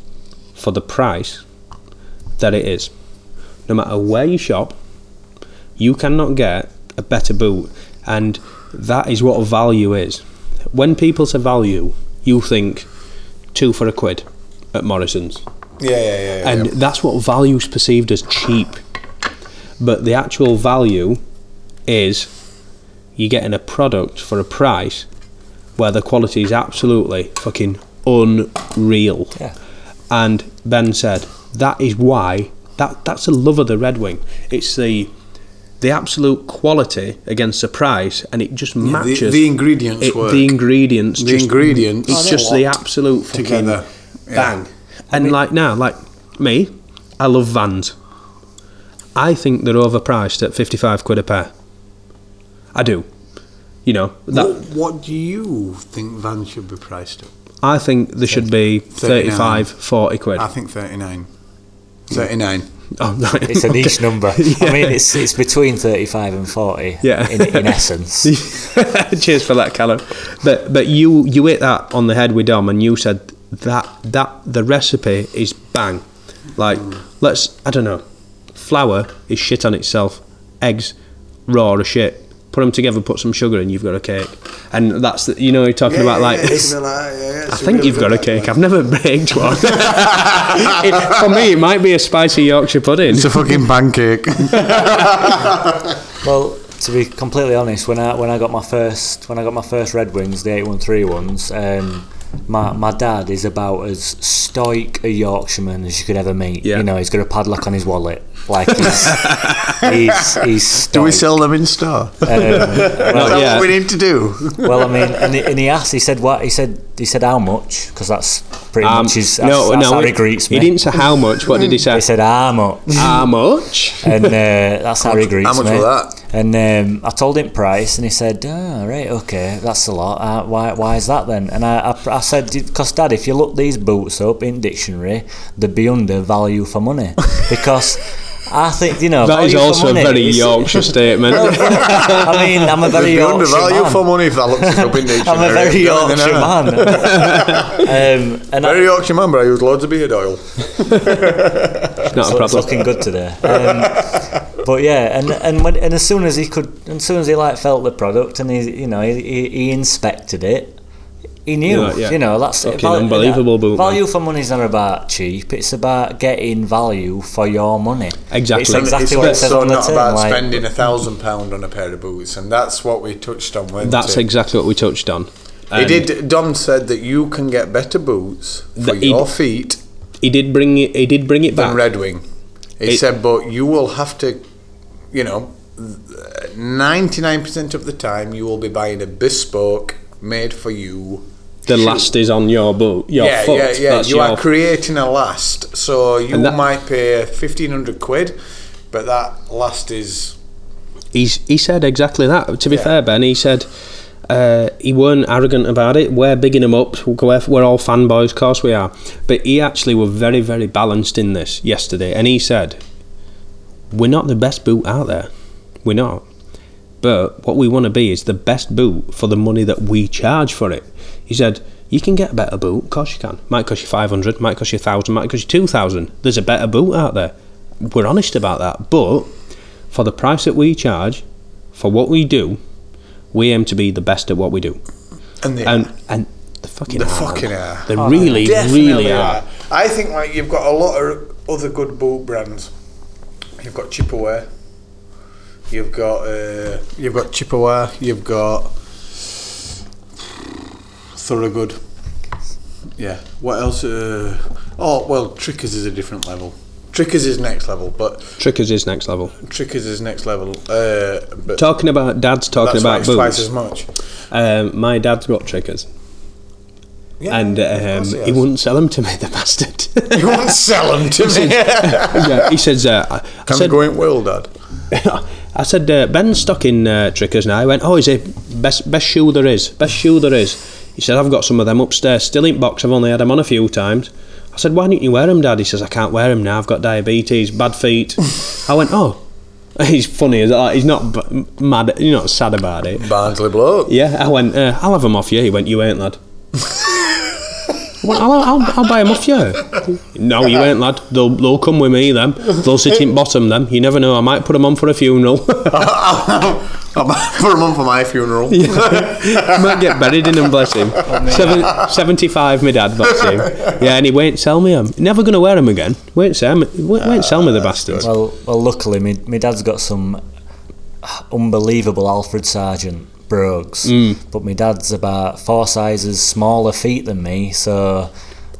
C: for the price that it is. No matter where you shop, you cannot get a better boot, and that is what value is. When people say value, you think two for a quid at Morrison's
B: Yeah, yeah, yeah. yeah,
C: and
B: yeah.
C: that's what value's perceived as cheap. But the actual value is you're getting a product for a price where the quality is absolutely fucking unreal.
D: Yeah.
C: And Ben said that is why that that's the love of the Red Wing. It's the the absolute quality against the price, and it just matches
B: the ingredients
C: It-
B: work.
C: The ingredients.
B: The
C: just-
B: ingredients
C: It's just the
B: locked
C: absolute fucking
B: together. Yeah.
C: bang. And like now, like me, I love Vans. I think they're overpriced at fifty-five quid a pair. I do. You know that
B: what, what do you think Vans should be priced at?
C: I think they should be
B: 39.
C: 35, 40 quid.
B: I
D: Ah,
B: think 39. 39.
C: Oh, no.
D: It's a niche number. I
C: Yeah.
D: mean, it's it's between 35 and 40
C: Yeah.
D: in, in essence.
C: Cheers for that, Callum. But but you you hit that on the head with Dom, and you said that that the recipe is bang. Like let's I don't know, flour is shit on itself. Eggs raw are shit. Put them together, put some sugar in, you've got a cake. And that's the, you know you're talking about like. I think you've got a cake. I've never baked one. It- for me, it might be a spicy Yorkshire pudding.
B: It's a fucking pancake.
D: Well, to be completely honest, when I when I got my first when I got my first Red Wings, the 813 ones, um, my my dad is about as stoic a Yorkshireman as you could ever meet.
C: Yeah.
D: You know, he's got a padlock on his wallet. Like he's he's, he's stoic. Um,
B: do we sell them in store? Is
C: Not
B: that
C: yet.
B: what we need to do?
D: Well, I mean, and he, and he asked. He said what? He said he said how much? Because that's pretty
C: Um,
D: much his. That's, that's how he greets me.
C: he didn't Ah, say how much. What did he say?
D: He said how much?
C: how much?
D: and uh, that's how he greets
B: how much
D: me.
B: was that?
D: And um, I told him price, and he said, "Ah, right, okay, that's a lot. Uh, why, why is that then?" And I, I, I said, "Because Dad, if you look these boots up in dictionary, they'd be under value for money because." I think you know
C: That is
D: value for
C: also a
D: money
C: very
D: is-
C: Yorkshire statement.
D: I mean, I'm a very
B: Be under
D: Yorkshire
B: value
D: man.
B: for money if that looks it up in dictionary.
D: I'm a very
B: No, no, no.
D: Yorkshire man. um, and I-
B: Very Yorkshire man, but I use loads of beard oil.
C: It's not a
D: so it's
C: problem.
D: looking good today. Um, but yeah, and and when and as soon as he could, and as soon as he like felt the product, and he you know he, he, he inspected it, he knew
C: Yeah, yeah.
D: you know that's
C: Fucking unbelievable boot, man.
D: value for money is not about cheap; it's about getting value for your money.
C: Exactly.
D: it's
C: And
D: exactly
B: it's
D: what it
B: also
D: says on the
B: not
D: tin.
B: about
D: like,
B: spending a thousand pound on a pair of boots, and that's what we touched on. Wasn't
C: That's
B: it?
C: exactly what we touched on. Um,
B: He
C: And
B: did. Dom said that you can get better boots for
C: That he'd-
B: your feet
C: He did bring it. He did bring it
B: than
C: back.
B: Red Wing. He
C: It-
B: said, but you will have to, you know, ninety-nine percent of the time you will be buying a bespoke, made for you.
C: the last is on your boot. Your
B: yeah,
C: foot.
B: yeah, yeah.
C: That's
B: you
C: your
B: are creating a last, so you
C: And that-
B: might pay fifteen hundred quid, but that last is
C: he's, he said exactly that. To be
B: Yeah.
C: fair, Ben, he said uh, he weren't arrogant about it. We're bigging him up. We're, we're all fanboys, of course we are. But he actually were very, very balanced in this yesterday. And he said, "We're not the best boot out there. We're not. But what we want to be is the best boot for the money that we charge for it." He said. You can get a better boot, of course you can. Might cost you 500, might cost you 1,000, might cost you 2,000. There's a better boot out there. We're honest about that. But for the price that we charge, for what we do, we aim to be the best at what we do.
B: and the
C: And and the fucking
B: The
C: are, man.
B: fucking are.
C: They really,
B: Definitely
C: really are.
B: I think like you've got a lot of other good boot brands. You've got Chipaware. You've got uh, you've got Chipaware. You've got Thoroughgood. Yeah. What else? Uh, oh well, Trickers is a different level. Trickers is next level, but
C: Trickers is next level.
B: Trickers is next level. Uh, but
C: Talking about dad's talking
B: that's why
C: about
B: it's twice
C: boots.
B: as much.
C: Um, my dad's got trickers,
B: Yeah,
C: and
B: of course
C: um, he
B: has.
C: wouldn't sell them to me. The bastard.
B: He wouldn't sell them to me.
C: yeah, he says. Uh, I- I
B: Can we
C: said-
B: go in well, Dad?
C: I said, uh, Ben's stuck in uh, Trickers now. He went, oh, is it best, best shoe there is? Best shoe there is. He said, I've got some of them upstairs, still in box. I've only had them on a few times. I said, why don't you wear them, Dad? He says, I can't wear them now. I've got diabetes, bad feet. I went, oh, He's funny. as- Like, he's not b- mad. He's not sad about it.
B: Barnsley bloke.
C: Yeah, I went, uh, I'll have them off you. He went, You ain't, lad. I went, I'll, I'll, I'll buy them off you. No, you ain't, lad. They'll, they'll come with me, them. They'll sit in bottom, them. You never know. I might put them on for a funeral.
B: for a month for my funeral.
C: might get buried in them, bless him. Seven, 75, my dad, bless him. Yeah, and he won't sell me them. Never going to wear them again. Won't sell me, won't, won't sell me the bastards.
D: Well, well, luckily, my, my dad's got some unbelievable Alfred Sargent brogues, but my dad's about four sizes smaller feet than me, so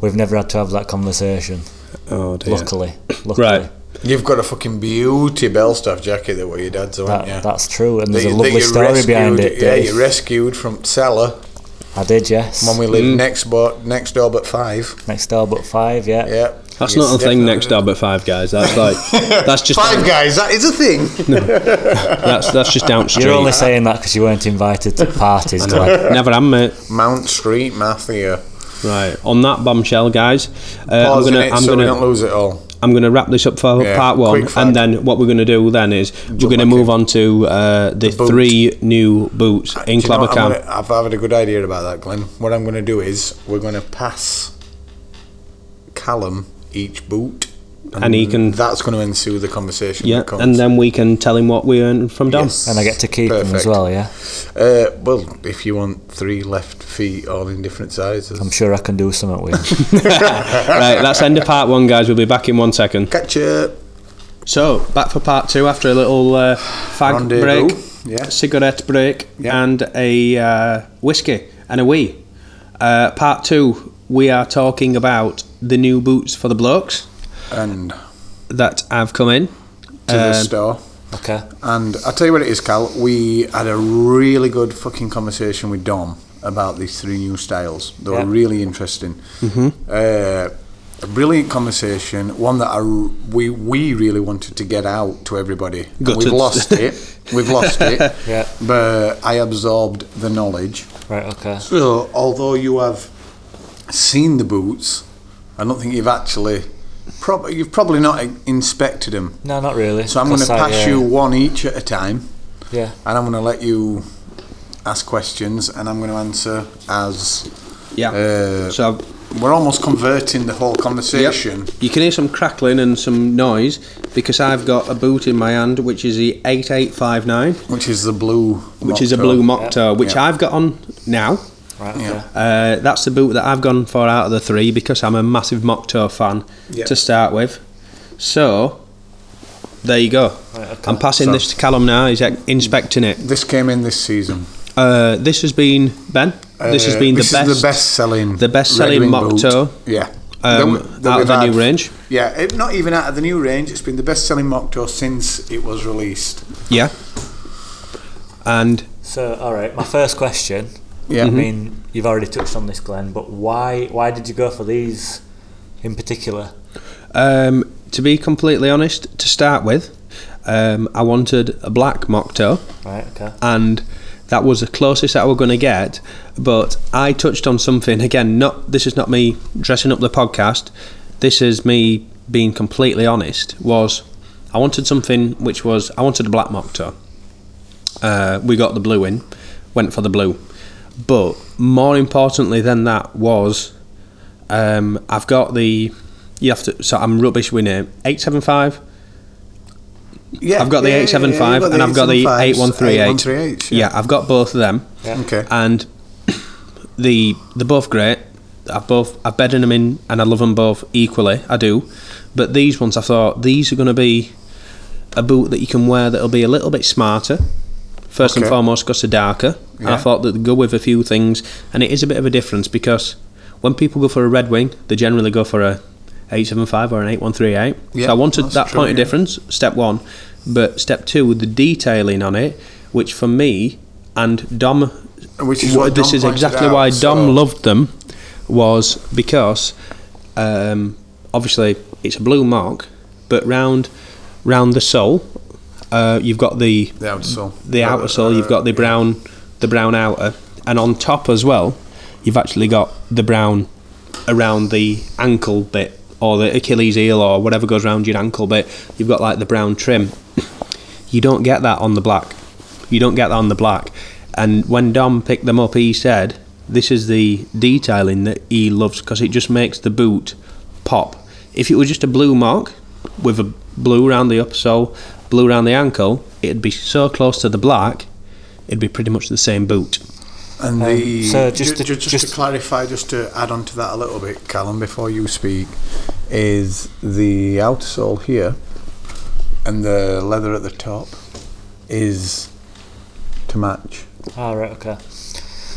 D: we've never had to have that conversation.
C: Oh, dear.
D: Luckily, luckily.
C: Right.
B: You've got a fucking beauty Belstaff jacket that were your dad's, haven't
D: That,
B: you?
D: That's true, and
B: That
D: there's a
B: you- that you
D: lovely story
B: rescued-
D: behind it.
B: Yeah,
D: Dave.
B: you rescued from cellar
D: I did, yes.
B: when we
C: Mm.
B: lived next, bo- next door but five.
D: Next door, but five, yeah.
B: Yeah.
C: That's
B: You
C: not a thing
B: definitely-
C: next door but five guys. That's like that's just
B: Five guys, that is a thing.
C: that's that's just down street.
D: You're only saying that because you weren't invited to parties, Glenn.
C: Never am mate.
B: Mount Street Matthew.
C: Right. On that bombshell, guys, uh, I'm
B: Pausing
C: Uh, gonna
B: it
C: I'm
B: so we don't
C: gonna
B: lose it all.
C: I'm gonna wrap this up for
B: Yeah,
C: part one,
B: quick fire.
C: and then what we're gonna do then is we're gonna
B: back
C: move
B: in.
C: on to uh, the,
B: boot.
C: three new boots in
B: Uh, Do you know what I'm
C: Clabbercam.
B: gonna- I've had a good idea about that, Glenn. What I'm going to do is we're going to pass Callum each boot,
C: And he can-
B: That's going to ensue the conversation.
C: Yeah,
B: that comes.
C: and then we can tell him what we earned from Dom.
B: Yes.
D: and I get to keep them
B: Perfect.
D: as well, yeah.
B: Uh, well, if you want three left feet, all in different sizes.
D: I'm sure I can do something with them.
C: right, that's end of part one, guys. We'll be back in one second.
B: Catch up.
C: So back for part two after a little uh, fag
B: Rendezvous.
C: break,
B: Yeah.
C: cigarette break,
B: Yeah.
C: and a uh, whiskey and a wee. Uh, part two, we are talking about the new boots for the blokes
B: And to
C: that have come in.
B: the
C: Um,
B: store.
D: Okay.
B: And I'll tell you what it is, Cal. We had a really good fucking conversation with Dom about these three new styles. They were
D: Yeah.
B: really interesting. Uh, a brilliant conversation, one that I r we we really wanted to get out to everybody. And
C: Gutted.
B: We've lost it. We've lost it.
D: Yeah.
B: But I absorbed the knowledge.
D: Right, okay.
B: So, although you have seen the boots, I don't think you've actually. Prob- you've probably not inspected them.
D: No, not really.
B: So I'm going to
D: 'cause I,
B: pass
D: uh,
B: you one each at a time
D: Yeah.
B: and I'm going to let you ask questions, and I'm going to answer as
C: yeah.
B: uh,
C: so
B: we're almost converting the whole
C: yep.
B: conversation.
C: you can hear some crackling and some noise because I've got a boot in my hand, which is the eight eight five nine,
B: Which is the blue,
C: which is a
B: Mokto.
C: blue mock toe, which
B: Yeah.
C: I've got on now.
D: Right,
B: Yeah.
D: okay.
C: Uh, that's the boot that I've gone for out of the three because I'm a massive Mokto fan
B: Yeah.
C: to start with. So there you go.
D: Right, okay.
C: I'm passing
B: So-
C: this to Callum now. He's ex- inspecting it.
B: This came in this season.
C: Uh, this has been Ben. this has
B: Uh,
C: been
B: this
C: the best.
B: is the best selling,
C: the best-selling mock toe,
B: Yeah,
C: um,
B: That we- that
C: out of
B: we've
C: the new
B: had.
C: range.
B: Yeah, it, not even out of the new range. It's been the best selling mock toe since it was released.
C: Yeah. And
D: So, all right, my first question.
B: Yeah. Mm-hmm.
D: I mean, you've already touched on this, Glenn, but why why did you go for these in particular?
C: um, to be completely honest, to start with, um, I wanted a black Mokto.
D: Right, okay.
C: and that was the closest that we're going to get. But I touched on something again. Not this is not me dressing up the podcast. This is me being completely honest. Was I wanted something which was I wanted a black mocto. Uh, we got the blue in, went for the blue. But more importantly than that was, um, I've got the. You have to. So I'm rubbish with name. Eight seven five.
B: Yeah,
C: I've got the
B: yeah, yeah, yeah,
C: 875
B: you've
C: and I've got the 8138.
B: 8138,
C: Yeah, I've got both of them.
D: Yeah.
B: Okay.
C: And the they're both great. I've both I've bedded them in and I love them both equally. I do. But these ones I thought these are going to be a boot that you can wear that'll be a little bit smarter. First and
B: Okay.
C: foremost, because they're darker. And I
B: Yeah.
C: thought that they'd go with a few things. And it is a bit of a difference because when people go for a Red Wing, they generally go for a 875 or an 8138.
B: Yeah,
C: so I wanted
B: that's
C: that
B: true,
C: point of
B: yeah.
C: difference, step one. But step two, with the detailing on it, which for me and Dom,
B: Which is
C: wha-
B: what
C: this
B: Dom
C: is
B: pointed
C: exactly
B: out,
C: why Dom
B: so-
C: loved them, was because um, obviously it's a blue mark, but round round the sole, uh, you've got the
B: The outer sole.
C: the outer sole, you've got the brown the brown outer, and on top as well, you've actually got the brown around the ankle bit or the Achilles heel or whatever goes around your ankle bit. You've got like the brown trim. You don't get that on the black. You don't get that on the black. And when Dom picked them up, he said, "This is the detailing that he loves because it just makes the boot pop. If it was just a blue mark with a blue round the upper sole, blue round the ankle, it'd be so close to the black, it'd be pretty much the same boot."
B: And
D: Um,
B: the
D: so
B: ju-
D: just to-
B: ju- just,
D: just-
B: to clarify, just to add on to that a little bit, Callum, before you speak, is the outsole here and the leather at the top is to match.
D: All right. Okay.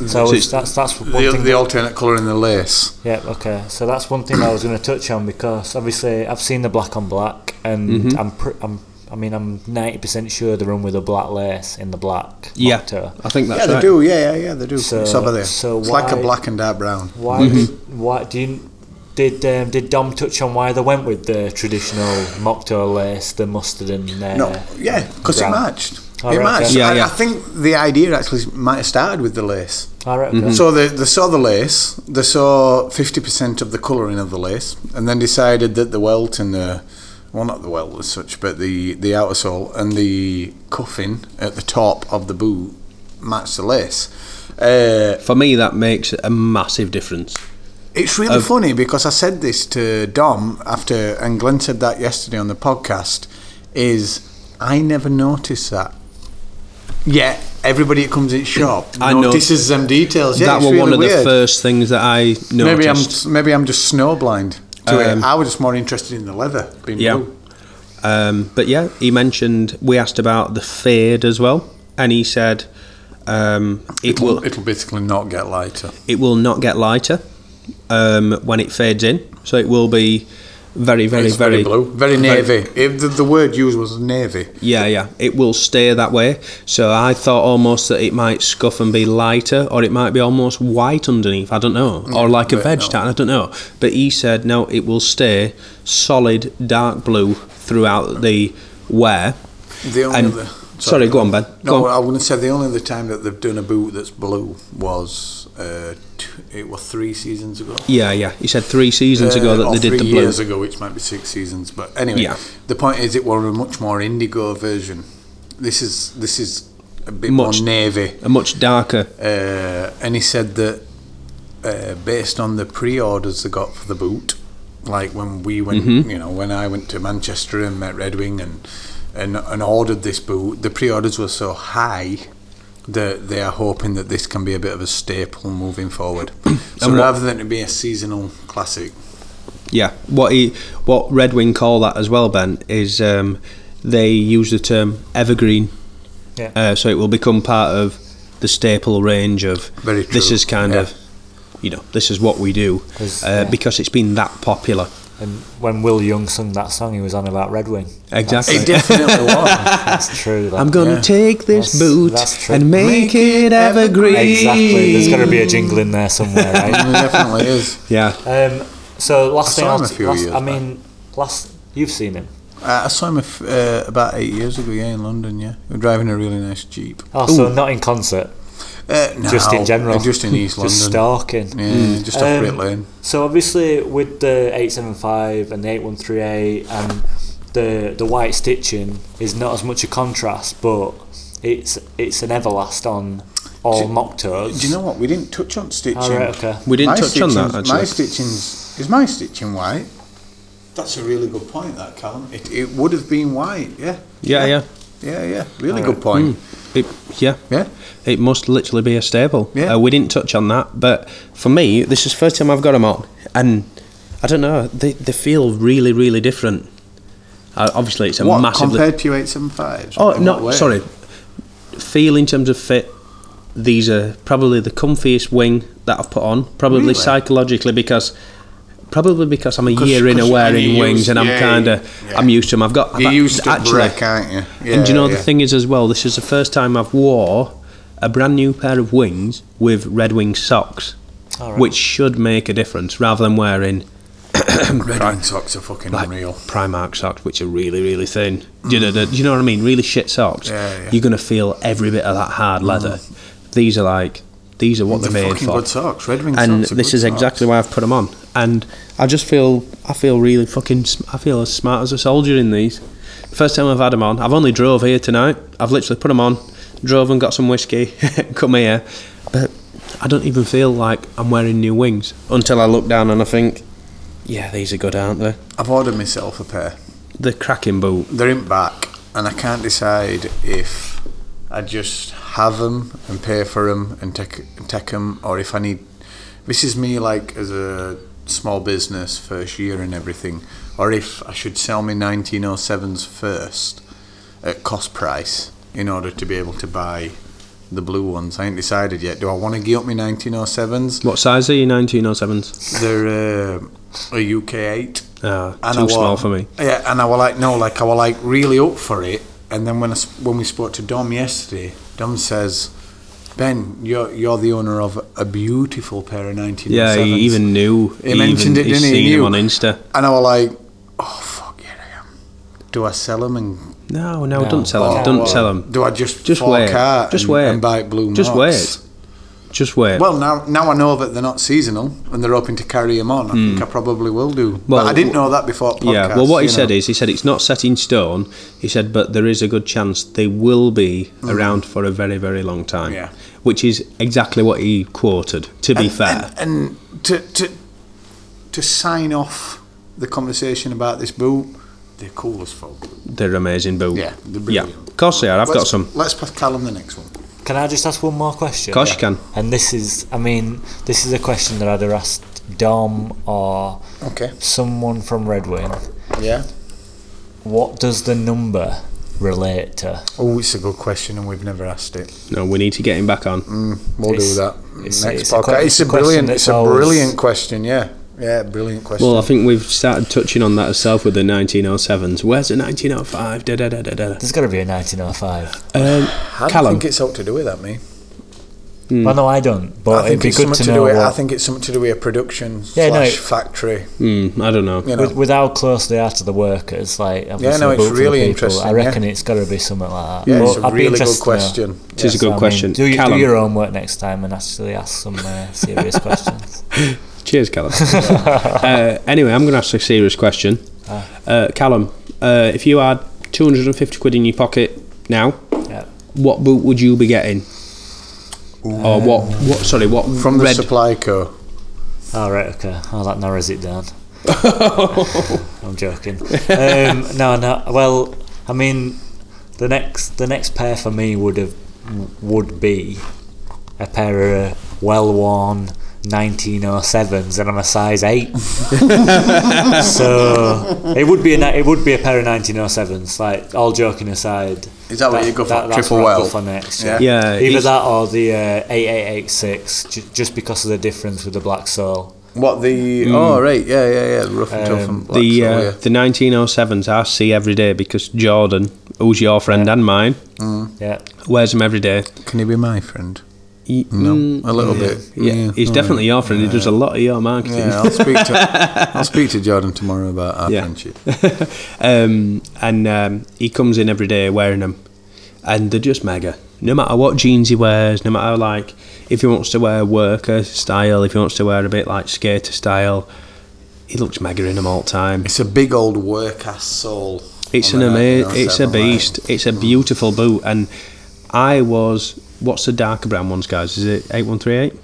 D: So
C: it's-
D: that's that's one
B: The,
D: thing.
B: the alternate colour in the lace.
D: Yeah, okay. So that's one thing I was going to touch on because obviously I've seen the black on black, and
B: Mm-hmm.
D: I'm, pr- I'm, I mean, I'm ninety percent sure they run with a black lace in the black.
C: Yeah,
D: Octo.
C: I think that's
B: yeah, they
C: right.
B: do. Yeah, yeah, yeah, they do.
D: So-
B: it's over there.
D: so
B: it's like a
D: why-
B: black and dark brown.
D: Why?
B: Mm-hmm.
D: Did, why do you? Did um, did Dom touch on why they went with the traditional mocktail lace, the mustard and uh,
B: No, yeah, because it
D: brown.
B: matched.
D: Oh,
B: it
D: right, okay.
B: matched.
C: Yeah,
B: I,
C: yeah.
B: I think the idea actually might have started with the lace.
D: All right,
C: Mm.
D: okay.
B: So they, they saw the lace, they saw 50% of the colouring of the lace, and then decided that the welt and the, well, not the welt as such, but the, the outer sole and the cuffing at the top of the boot matched the lace. Uh,
C: For me, that makes a massive difference.
B: it's really funny because I said this to Dom after, and Glenn said that yesterday on the podcast. Is I never noticed that. Yet everybody that comes in shop
C: I know.
B: notices them details. Yeah,
C: that
B: it's
C: were
B: really
C: one of the
B: weird.
C: first things that I noticed.
B: Maybe I'm maybe I'm just snowblind to
C: Um,
B: it. I was just more interested in the leather being
C: Yeah.
B: blue.
C: Um, but yeah, he mentioned we asked about the fade as well, and he said um, it will
B: it'll basically not get lighter.
C: it will not get lighter um, when it fades in, so it will be very very
B: It's very, blue, very navy. If the, the word used was navy.
C: Yeah, yeah, it will stay that way. So I thought almost that it might scuff and be lighter, or it might be almost white underneath. I don't know, or like a
B: Mm, but
C: veg
B: no.
C: tan. I don't know. But he said no, it will stay solid dark blue throughout the wear.
B: The only
C: And
B: other,
C: sorry, go on, Ben.
B: No,
C: go on.
B: I wouldn't say the only other time that they've done a boot that's blue was uh, t- it was three seasons ago.
C: Yeah, yeah. He said three seasons
B: Uh,
C: ago that
B: or
C: they did
B: three
C: the blue.
B: years ago, which might be six seasons. But anyway,
C: Yeah.
B: the point is, it was a much more indigo version. This is this is a bit
C: Much-
B: more navy.
C: A much darker.
B: uh, and he said that uh, based on the pre-orders they got for the boot, like when we went, you know, when I went to Manchester and met Red Wing and and, and ordered this boot, the pre-orders were so high that they are hoping that this can be a bit of a staple moving forward. so
C: And what-
B: rather than it be a seasonal classic,
C: Yeah. What he, what Red Wing call that as well, Ben, is um, they use the term evergreen.
D: Yeah.
C: Uh, so it will become part of the staple range of
B: Very
C: this
B: true,
C: is kind of, you know, this is what we do uh,
D: 'Cause, yeah.
C: because it's been that popular.
D: And when Will Young sung that song, he was on about Red Wing.
C: Exactly.
B: it definitely was.
D: That's true. That.
C: I'm gonna
B: Yeah.
C: take this
D: That's-
C: boot
D: that's true.
C: and make,
B: Make
C: it
B: it
C: evergreen.
B: evergreen.
D: exactly. There's got to be a jingle in there somewhere, right?
B: It definitely is.
C: Yeah.
D: Um, so last
B: I
D: thing
B: saw
D: I'll
B: him a
D: t-
B: few
D: last,
B: years
D: I
B: back.
D: mean, last you've seen him.
B: Uh, I saw him a f- uh, about eight years ago, yeah, in London. Yeah, we were driving a really nice jeep.
D: Oh, so not in concert,
B: Uh, no,
D: just in general,
B: just in East
D: just
B: London.
D: stalking.
B: Yeah, just off
D: Um,
B: Great Lane.
D: So obviously with the 875 and the 8138 and um, the the white stitching is not as much a contrast, but it's it's an everlast on all
B: Do-
D: mock toes.
B: Do you know what? We didn't touch on stitching.
D: All right, okay.
C: We didn't touch on that
B: stitching's-
C: actually.
B: My stitching's is my stitching white. That's a really good point, that Callum. It, it would have been white. Yeah,
C: yeah, yeah.
B: yeah, yeah. Really good
C: Mm.
B: point.
C: Hmm. It, yeah.
B: Yeah.
C: It must literally be a staple.
B: Yeah.
C: Uh, we didn't touch on that, but for me, this is the first time I've got them on, and I don't know, they, they feel really, really different. Uh, obviously, it's a
B: What
C: massively.
B: compared to eight seven five?
C: oh, no, sorry. Feel in terms of fit, these are probably the comfiest wing that I've put on, probably
B: Really?
C: psychologically because. Probably because I'm a
B: 'Cause-
C: year in a
B: 'cause
C: wearing
B: you're
C: wings,
B: used-
C: and I'm
B: yeah,
C: kind of
B: yeah.
C: I'm used to them. I've got
B: You're
C: I've,
B: used to
C: actually,
B: brick, aren't you?
C: and do you
B: Yeah,
C: know
B: yeah.
C: the thing is as well? This is the first time I've wore a brand new pair of wings with Red Wing socks,
D: All right.
C: which should make a difference rather than wearing
B: Red Wing socks are fucking
C: like
B: unreal.
C: Primark socks, which are really really thin. Do, you know, do you know what I mean? Really shit socks.
B: Yeah, yeah.
C: You're gonna feel every bit of that hard leather. These are like these are what
B: They're
C: they're, made
B: fucking
C: for.
B: good socks. Red Wing
C: and
B: socks are
C: this
B: good
C: is
B: socks.
C: exactly why I've put them on. And I just feel I feel really fucking s- I feel as smart as a soldier in these. First time I've had them on. I've only drove here tonight. I've literally put them on, drove and got some whiskey, come here. But I don't even feel like I'm wearing new wings until I look down and I think, yeah, these are good, aren't they?
B: I've ordered myself a pair.
C: The cracking boot.
B: They're in back, and I can't decide if I just have them and pay for them and take take them, or if I need. This is me like as a small business first year and everything, or if I should sell me 1907s first at cost price in order to be able to buy the blue ones. I ain't decided yet. Do I want to give up my 1907s?
C: What size are oh you? 1907s?
B: They're um a UK eight.
C: Ah,
B: And I
C: too
B: were-
C: small for me.
B: Yeah, and I were like, no, like I were like really up for it. And then when I, s- when we spoke to Dom yesterday, Dom says, "Ben, you're you're the owner of a beautiful pair of 1907s.
C: Yeah, he even knew.
B: He mentioned
C: even-
B: it,
C: he's
B: didn't he?
C: seen
B: He
C: him
B: knew.
C: on Insta.
B: And I were like, oh fuck yeah, I am. Do I sell them and
C: No, no,
D: No.
C: don't sell them.
B: or
C: Don't sell them.
B: Do I just
C: Just
B: fork
C: wait.
B: out
C: Just
B: and,
C: wait.
B: and buy blue
C: Just
B: marks?
C: wait. Just wait.
B: Well, now now I know that they're not seasonal and they're hoping to carry them on. I think I probably will do.
C: Hmm. Well,
B: but I didn't know that before. Podcast,
C: yeah. Well, what he
B: you
C: said
B: know.
C: is, he said it's not set in stone. He said, but there is a good chance they will be around for a very, very long time.
B: Mm. Yeah.
C: Which is exactly what he quoted. To be fair,
B: and to to to sign off the conversation about this boot, they're cool as fuck.
C: they're amazing boots.
B: Yeah, they're
C: yeah.
B: brilliant.
C: Of course they are. I've got
B: Let's-
C: some.
B: Let's pass Callum the next one.
D: Can I just ask one more question?
C: Of course you can.
D: And this is, I mean, this is a question that I'd have asked Dom or
B: Okay.
D: someone from Red Wing.
B: Yeah.
D: What does the number relate to?
B: Oh, it's a good question, and we've never asked it.
C: No, we need to get him back on.
B: We'll
D: It's-
B: do that
D: it's-
B: next
D: it's a
B: podcast.
D: que-
B: it's
D: it's a
B: a
D: question
B: brilliant.
D: that's
B: It's a
D: always-
B: brilliant question. Yeah. Yeah. Brilliant question.
C: Well, I think we've started touching on that itself with the 1907s. Where's the 1905? Da, da, da, da, da.
D: There's got to be a 1905.
C: Um,
B: I don't
C: Callum.
B: think it's something to do with that, me.
C: Mm.
D: Well, no, I don't. But
B: I
D: it'd
B: think
D: be
B: it's
D: good
B: something
D: to
B: to,
D: know
B: do with. I
D: what-
B: think it's something to do with a production
D: Yeah, no,
B: slash
D: it-
B: factory.
C: hmm, I don't know.
B: You know.
D: with, with how close they are to the workers. Like, obviously
B: no, it's
D: vote for the
B: really
D: people,
B: interesting,
D: I
B: yeah.
D: reckon it's got to be something like that.
B: yeah,
D: Well,
B: it's a
D: I'd be
B: really good
D: interested to know.
B: question.
C: It is a
D: So, I
C: good
D: mean,
C: question.
D: do, you, do
C: Callum.
D: your homework next time and actually ask some uh, serious questions.
C: Cheers, Callum. uh, anyway, I'm going to ask a serious question.
D: Ah.
C: Uh, Callum, uh, if you had 250 quid in your pocket now,
D: Yeah.
C: what boot would you be getting? Or what? What? Sorry, what?
D: Mm,
B: From the
C: red?
B: supply co.
D: All right, okay. Oh, that narrows it down. I'm joking. Um, no, no. Well, I mean, the next the next pair for me would have would be a pair of uh, well-worn 1907s, and I'm a size eight, so it would be a ni- it would be a pair of 1907s. Like all joking aside,
B: Is that what you go for?
D: that's
B: Triple
D: what I'd go
B: well?
D: for next.
B: Yeah.
C: Yeah,
D: Either
C: he's-
D: that or the uh, 8886, ju- just because of the difference with the black sole.
B: What the? Oh right, yeah, yeah, yeah. the Rough and tough and black.
C: Mm. the
B: so,
D: oh,
C: uh,
B: yeah.
C: the 1907s I see every day because Jordan, who's your friend and mine,
D: Yeah.
C: wears them every day.
B: Can you be my friend?
C: He-
B: No,
C: mm,
B: a little bit.
C: yeah, he's
B: all
C: definitely your friend. He does a lot of your marketing.
B: Yeah, I'll speak to I'll speak to Jordan tomorrow about our
C: Yeah.
B: friendship.
C: um, and um, he comes in every day wearing them, and they're just mega. No matter what jeans he wears, no matter like if he wants to wear worker style, if he wants to wear a bit like skater style, he looks mega in them all the time.
B: It's a big old work ass soul.
C: It's
B: on the
C: an
B: Mm.
C: amazing,
B: 1907
C: it's a beast. It's a beautiful boot, and I was what's the darker brown ones, guys? Is it eight one three eight?
B: line.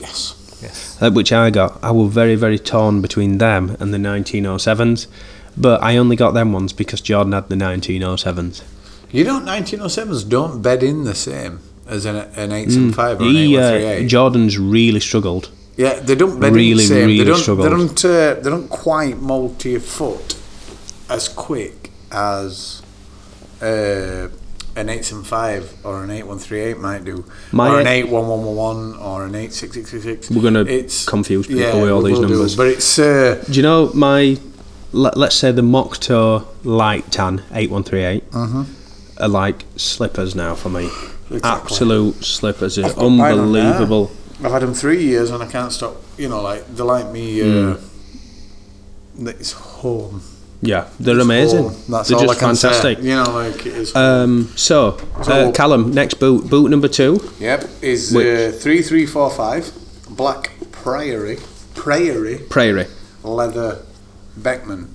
B: Yes.
D: Yes.
C: uh, which I got, I were very, very torn between them and the 1907s. But I only got them ones because Jordan had the 1907s.
B: You don't 1907s don't bed in the same as an, an 875 or an
C: He, uh,
B: 8138.
C: Jordan's really struggled.
B: yeah, they don't bed in the
C: really,
B: same.
C: really
B: they don't
C: struggled.
B: they don't uh, they don't quite mold to your foot as quick as uh, an 875 or an 8138 might do.
C: My
B: or an
C: eight-
B: 81111 or an 86666.
C: We're gonna
B: It's-
C: confuse people
B: yeah,
C: with all
B: we
C: these
B: will do,
C: numbers.
B: But it's uh,
C: Do you know my, let, let's say the Mocto light tan 8138
B: Uh-huh.
C: are like slippers now for me. Absolute slippers. It's
B: I've got mine on
C: unbelievable.
B: I've had them three years and I can't stop. You know, like they like me. Uh, It's home.
C: Yeah, Hmm. they're
B: It's
C: amazing.
B: home. That's
C: they're
B: all
C: just
B: I can
C: fantastic.
B: say. You know, like it is.
C: Um, so, uh,
B: So-
C: Callum, next boot, boot number two.
B: yep, is uh,
C: which-
B: three three four five black priory priory
C: Prairie.
B: leather Beckman.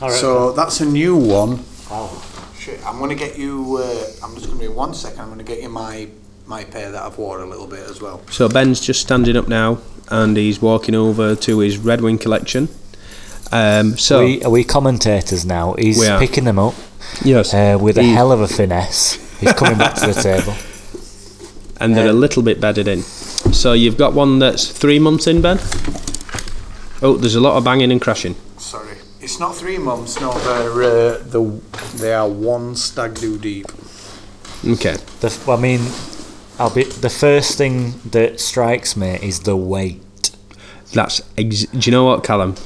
D: All right.
B: So that's a new one
D: Wow.
B: Shit, I'm gonna get you. Uh, I'm just gonna do one second. I'm gonna get you my my pair that I've worn a little bit as well.
C: So Ben's just standing up now, and he's walking over to his Red Wing collection. Um, so
D: we, are we commentators now? He's
C: We are.
D: picking them up
C: yes,
D: uh, with a
C: he-
D: hell of a finesse. He's coming back to the table.
C: and
D: uh,
C: they're a little bit bedded in. So you've got one that's three months in, Ben. Oh, there's a lot of banging and crashing.
B: Sorry, it's not three months. No, they're uh, the they are one stag do deep.
C: Uh, Okay.
D: The, f- I mean, I'll be, the first thing that strikes me is the weight.
C: That's ex- do you know what, Callum?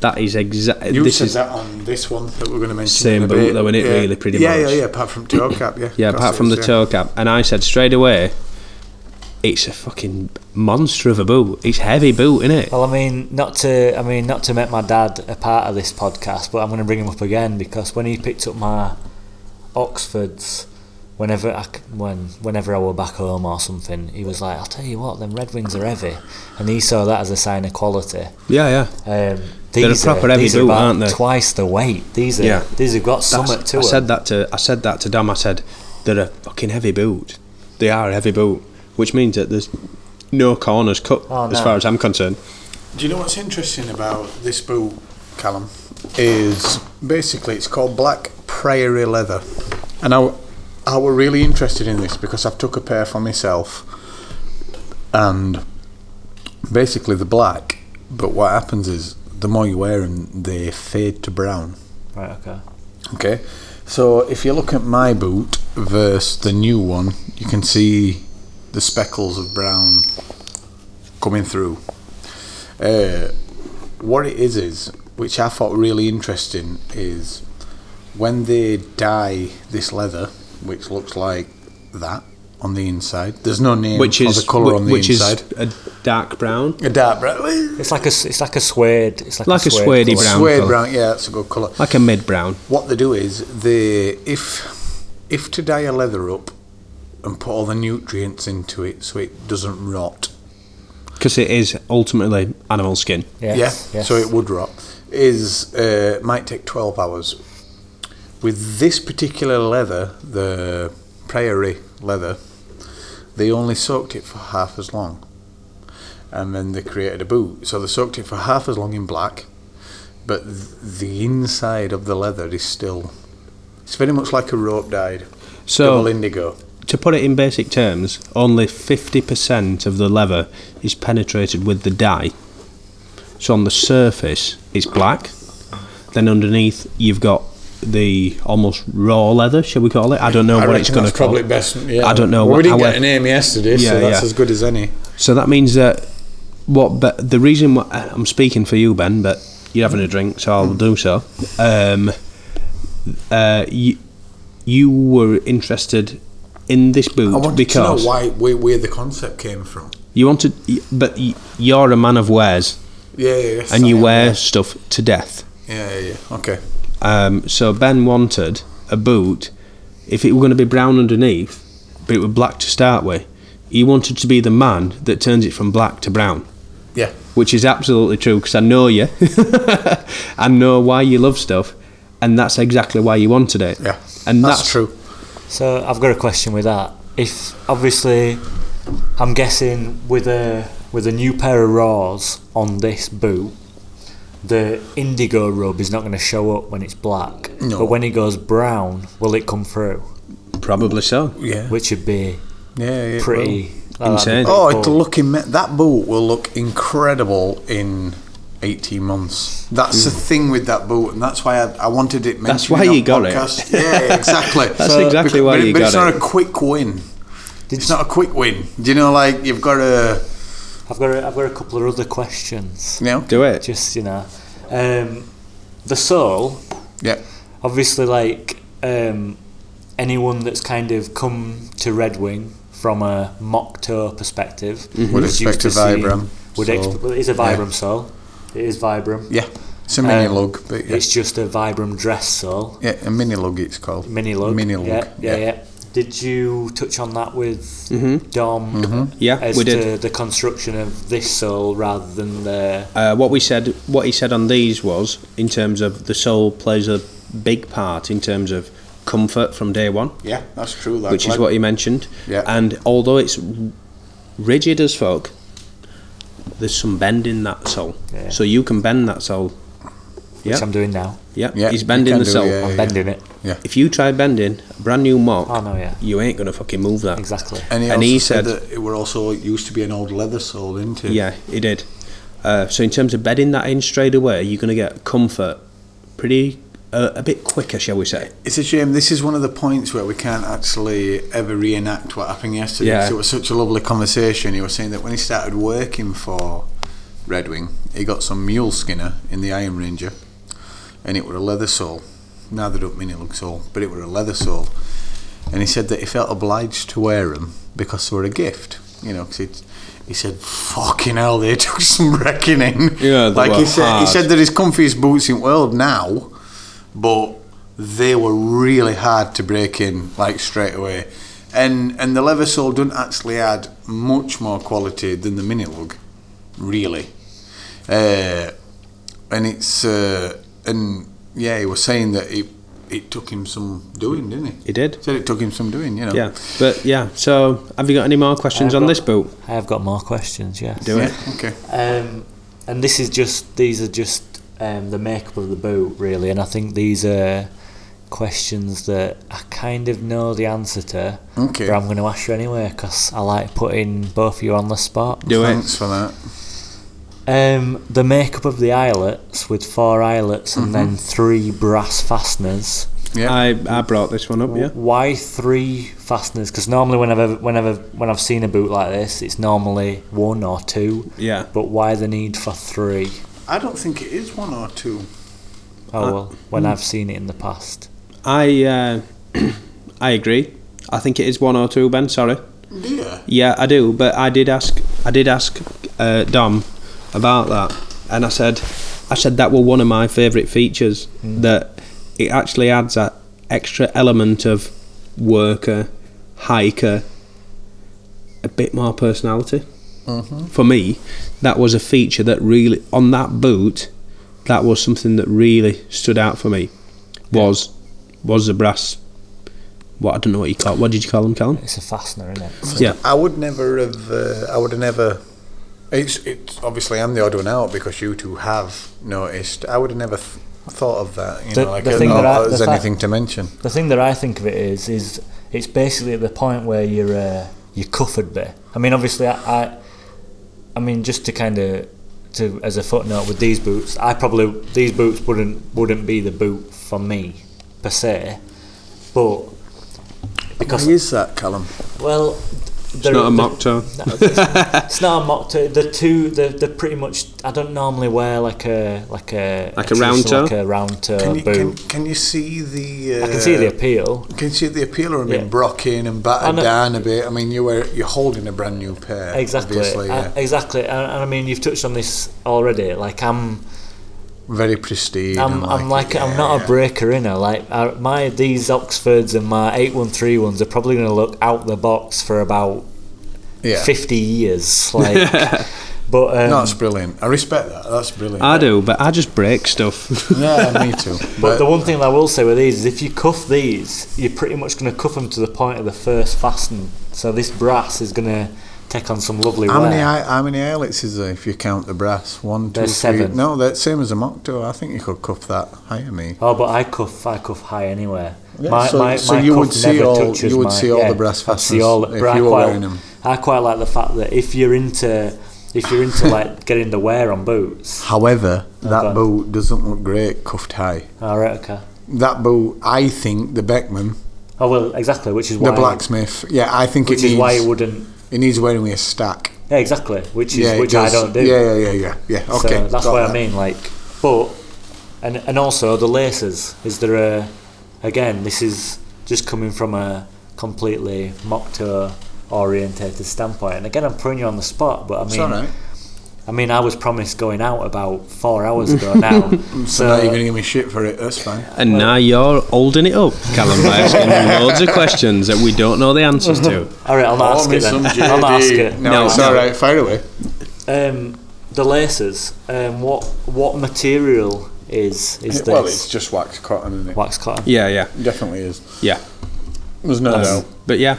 C: That is exactly.
B: You
C: This
B: said
C: is
B: that on this one that we're going to mention.
C: Same
B: in a
C: boat
B: bit.
C: though, innit,
B: Yeah.
C: really, pretty
B: yeah,
C: much.
B: Yeah, yeah, Apart from toe cap, yeah.
C: yeah.
B: That's
C: Apart
B: it,
C: from the
B: yeah.
C: toe cap, and I said straight away, it's a fucking monster of a boot. It's heavy boot, isn't it?
D: Well, I mean, not to, I mean, not to make my dad a part of this podcast, but I'm going to bring him up again because when he picked up my Oxfords, whenever I, c- when, whenever I were back home or something, he was like, "I'll tell you what, them Red Wings are heavy," and he saw that as a sign of quality.
C: Yeah, yeah.
D: Um,
C: They're a
D: these
C: proper
D: are,
C: heavy
D: these are
C: boot,
D: about
C: aren't they?
D: Twice the weight. These are,
C: Yeah.
D: these have got
C: That's-
D: something to
C: I
D: it.
C: said that to I said that to Dom. I said they're a fucking heavy boot. They are a heavy boot, which means that there's no corners cut
D: Oh,
C: as
D: no.
C: far as I'm concerned.
B: Do you know what's interesting about this boot, Callum? Is basically it's called black prairie leather, and I, w- I were really interested in this because I've took a pair for myself, and basically the black. But what happens is the more you wear them, they fade to brown.
D: Right. Okay.
B: Okay, so if you look at my boot versus the new one, you can see the speckles of brown coming through. Uh, what it is is, which I thought really interesting, is when they dye this leather, which looks like that on the inside. There's no name
C: Which
B: for
C: is
B: the colour
C: whi-
B: on the
C: which
B: inside.
C: is a dark brown.
B: a dark brown,
D: It's like a, s- it's like a suede. It's like,
C: Like a
D: a suede.
C: suede-y
D: colour.
C: brown
B: suede
C: colour.
B: brown. Yeah, that's a good colour.
C: like a mid brown.
B: what they do is they if if to dye a leather up and put all the nutrients into it so it doesn't rot
C: Because it is ultimately animal skin.
D: Yes,
B: yeah
D: yes.
B: so it would rot is uh, might take 12 hours with this particular leather the prairie leather they only soaked it for half as long and then they created a boot so they soaked it for half as long in black but th- the inside of the leather is still it's very much like a rope dyed
C: So
B: double indigo.
C: to put it in basic terms, only 50% of the leather is penetrated with the dye. So on the surface, it's black. Then underneath, you've got the almost raw leather, shall we call it? I don't know what it's going to call.
B: probably best. Yeah.
C: I don't know
B: Well,
C: what
B: we didn't
C: our-
B: get a name yesterday,
C: Yeah,
B: so that's
C: yeah.
B: as good as any.
C: So that means that what? But the reason why I'm speaking for you, Ben, but you're having a drink, so I'll do so. Um, uh, you, you were interested in this boot
B: I wanted
C: because
B: to know why where, where the concept came from.
C: You want to, but y- you're a man of wares,
B: Yeah, yeah. yes,
C: and
B: I
C: you
B: am,
C: wear stuff to death.
B: Yeah, yeah, yeah. Okay.
C: Um, so Ben wanted a boot. If it were going to be brown underneath, but it were black to start with, he wanted to be the man that turns it from black to brown,
B: Yeah.
C: which is absolutely true because I know you. I know why you love stuff, and that's exactly why you wanted it.
B: Yeah.
C: and
B: that's,
C: that's,
B: true.
D: So I've got a question with that. If obviously, I'm guessing with a with a new pair of raws on this boot, the indigo rub is not going to show up when it's black.
B: No.
D: But when it goes brown, will it come through?
C: probably so.
B: Yeah.
D: Which would be
B: yeah, yeah. well.
D: pretty well, that'd be
C: Insane.
D: pretty
B: Oh,
D: cool.
B: it'll look imme- that boot will look incredible in 18 months. That's the thing with that boot, and that's why I, I wanted it mentioned.
C: Hmm. That's why
B: on
C: you got it.
B: podcast. Yeah, exactly.
C: That's exactly why
B: but,
C: you
B: but it's
C: got
B: not
C: it.
B: a quick win.
D: Did
B: It's not a quick win. Do you know, like, you've got to,
D: I've got a, I've got a couple of other questions.
B: you know?
C: Do it.
D: Just you know, um, the sole
B: Yeah.
D: obviously like um, anyone that's kind of come to Red Wing from a mock tour perspective
B: Mm-hmm. Would
D: is
B: expect
D: used to
B: a
D: seeing-
B: Vibram
D: Would
B: sole.
D: expe- well, it is a
B: Yeah.
D: Vibram sole. It is Vibram.
B: Yeah. It's a mini
D: Um,
B: lug, but yeah.
D: It's just a Vibram dress sole.
B: yeah, a mini lug it's called.
D: Mini lug.
B: Mini lug.
D: Yeah, yeah, yeah. Did you touch on that with Dom?
C: Mm-hmm.
B: Mm-hmm.
C: Yeah,
D: as
C: we did.
D: to the construction of this sole rather than the
C: Uh, what we said, what he said on these was in terms of the soul plays a big part in terms of comfort from day one,
B: Yeah, that's true. That
C: which is what he mentioned.
B: Yeah.
C: And although it's rigid as fuck, there's some bend in that sole.
D: Yeah.
C: So you can bend that sole.
D: which
C: Yeah.
D: I'm doing now.
C: Yeah.
B: Yeah,
C: He's
B: you
C: bending
B: can
C: the
B: do,
C: sole.
B: yeah.
D: I'm bending it.
C: If you try bending a brand new mock,
B: Um,
D: Oh, no, yeah.
C: you ain't gonna fucking move that.
D: Exactly.
B: And he,
C: and
B: also
C: he
B: said,
C: said-
B: that it were also it used to be an old leather sole, didn't it?
C: Yeah, he did. Uh, so in terms of bedding that in straight away, you're gonna get comfort pretty uh, a bit quicker, shall we say?
B: It's a shame. This is one of the points where we can't actually ever reenact what happened yesterday.
C: Yeah.
B: 'cause It was such a lovely conversation. He was saying that when he started working for Red Wing, he got some mule skinner in the Iron Ranger, and it were a leather sole. Now they don't mean it looks sole, but it were a leather sole. And he said that he felt obliged to wear them because they were a gift. You know, 'cause he- he said, "Fucking hell, they took some reckoning."
C: Yeah, they
B: like he
C: were
B: said, he
C: hard.
B: said that his comfiest boots in the world now but they were really hard to break in like straight away. And and the leather sole doesn't actually add much more quality than the mini lug, really. Uh, and it's uh, and yeah, he was saying that it it took him some doing, didn't he?
C: He did.
B: Said it took him some doing, you know.
C: Yeah, but yeah. So have you got any more questions
D: I've
C: on
D: got-
C: this boot?
D: I have got more questions. Yes.
C: Do
B: Yeah,
C: it.
B: okay.
D: Um, and this is just these are just um, the makeup of the boot, really. And I think these are questions that I kind of know the answer to,
B: Okay.
D: but I'm going to ask you anyway because I like putting both of you on the spot.
C: Do it.
B: Thanks for that.
D: Um, the makeup of the eyelets with four eyelets and
C: Mm-hmm.
D: then three brass fasteners.
B: Yeah.
C: I I brought this one up. Yeah.
D: Why three fasteners? Because normally, whenever, whenever, when I've seen a boot like this, it's normally one or two.
C: Yeah.
D: But why the need for three?
B: I don't think it is one or two.
D: Oh well, when I've seen it in the past.
C: I uh, I agree. I think it is one or two, Ben. Sorry.
B: Yeah.
C: Yeah, I do. But I did ask. I did ask uh, Dom about that, and I said, I said that were one of my favourite features. That it actually adds that extra element of worker, hiker, a bit more personality. For me, that was a feature that really on that boot, that was something that really stood out for me. Was was the brass? What I don't know what you call. What did you call them, Callum?
D: It's a fastener, isn't it?
C: Yeah.
B: I would never have. Uh, I would have never. It's it's obviously I'm the odd one out because you two have noticed. I would have never th- thought of that. You
D: The-
B: know, like
D: the
B: I
D: thing
B: don't
D: that I-
B: know if
D: the
B: there's
D: fact-
B: anything to mention.
D: The thing that I think of it is, is it's basically at the point where you're uh, you're covered there. I mean, obviously, I, I, I mean, just to kind of to as a footnote with these boots, I probably these boots wouldn't wouldn't be the boot for me per se, but because
B: Why is that, Callum?
D: well,
C: It's not a mock toe.
D: No, it's, it's not a mock toe. The two, they're, they're pretty much. I don't normally wear like a like a
C: Like a round
D: traditional,
C: toe?
D: like a round toe
B: Can you,
D: boot.
B: can, can you see the? Uh,
D: I can see the appeal.
B: Can you see the appeal of being
D: Yeah.
B: brock in and battered
D: I know-
B: down a bit? I mean, you were you're holding a brand new pair.
D: Exactly,
B: Obviously,
D: uh,
B: yeah.
D: exactly. And, and I mean, you've touched on this already. Like I'm,
B: Very prestige.
D: I'm,
B: and
D: I'm like,
B: it,
D: I'm
B: yeah,
D: not
B: yeah.
D: a breaker inner. Like uh, my these Oxfords and my eight one three ones are probably going to look out the box for about
B: Yeah.
D: fifty years. Like, but um,
B: No, that's brilliant. I respect that. That's brilliant.
C: I do, but I just break stuff.
B: yeah, me too.
D: But the one thing that I will say with these is if you cuff these, you're pretty much going to cuff them to the point of the first fasten. So this brass is going to take on some lovely
B: How
D: wear.
B: many eye- how many eyelets is there if you count the brass? One, two,
D: There's
B: three-
D: seven.
B: No, that's same as a mock toe. I think you could cuff that higher me.
D: oh, but I cuff, I cuff high anyway.
B: Yeah, so- so you would see
D: never
B: all-
D: touches
B: you would
D: my-
B: see all the brass
D: I'd see
B: fasteners
D: all the-
B: if
D: but I
B: you were
D: quite-
B: wearing 'em.
D: I quite like the fact that if you're into, if you're into like getting the wear on boots.
B: However, that
D: Okay.
B: boot doesn't look great cuffed high.
D: All right, okay.
B: That boot, I think the Beckman,
D: Oh well, exactly. Which is
B: the
D: why,
B: blacksmith. Yeah, I think
D: which
B: it needs.
D: is why it wouldn't.
B: it needs wearing with a stack.
D: Yeah, exactly. Which is
B: Yeah, it
D: which I
B: does.
D: don't do.
B: Yeah, yeah, yeah, yeah. yeah. Okay,
D: so that's
B: got
D: what I
B: that.
D: mean. Like, but and and also the laces. Is there a again? This is just coming from a completely mock tour orientated standpoint. And again, I'm putting you on the spot, but I mean,
B: It's all right.
D: I mean, I was promised going out about four hours ago now.
B: So now you're
D: so
B: going to give me shit for it. That's fine.
C: and now you're holding it up, Callum, by asking loads of questions that we don't know the answers to.
D: all right, I'll not ask it then. I'll not ask it.
B: No,
C: No,
B: it's
C: no.
B: all right. Fire away.
D: Um, the laces. Um, what what material is is
B: well,
D: this
B: it's just wax cotton, isn't it?
D: wax cotton.
C: Yeah, yeah,
B: Definitely is.
C: yeah.
B: There's no doubt.
C: But yeah,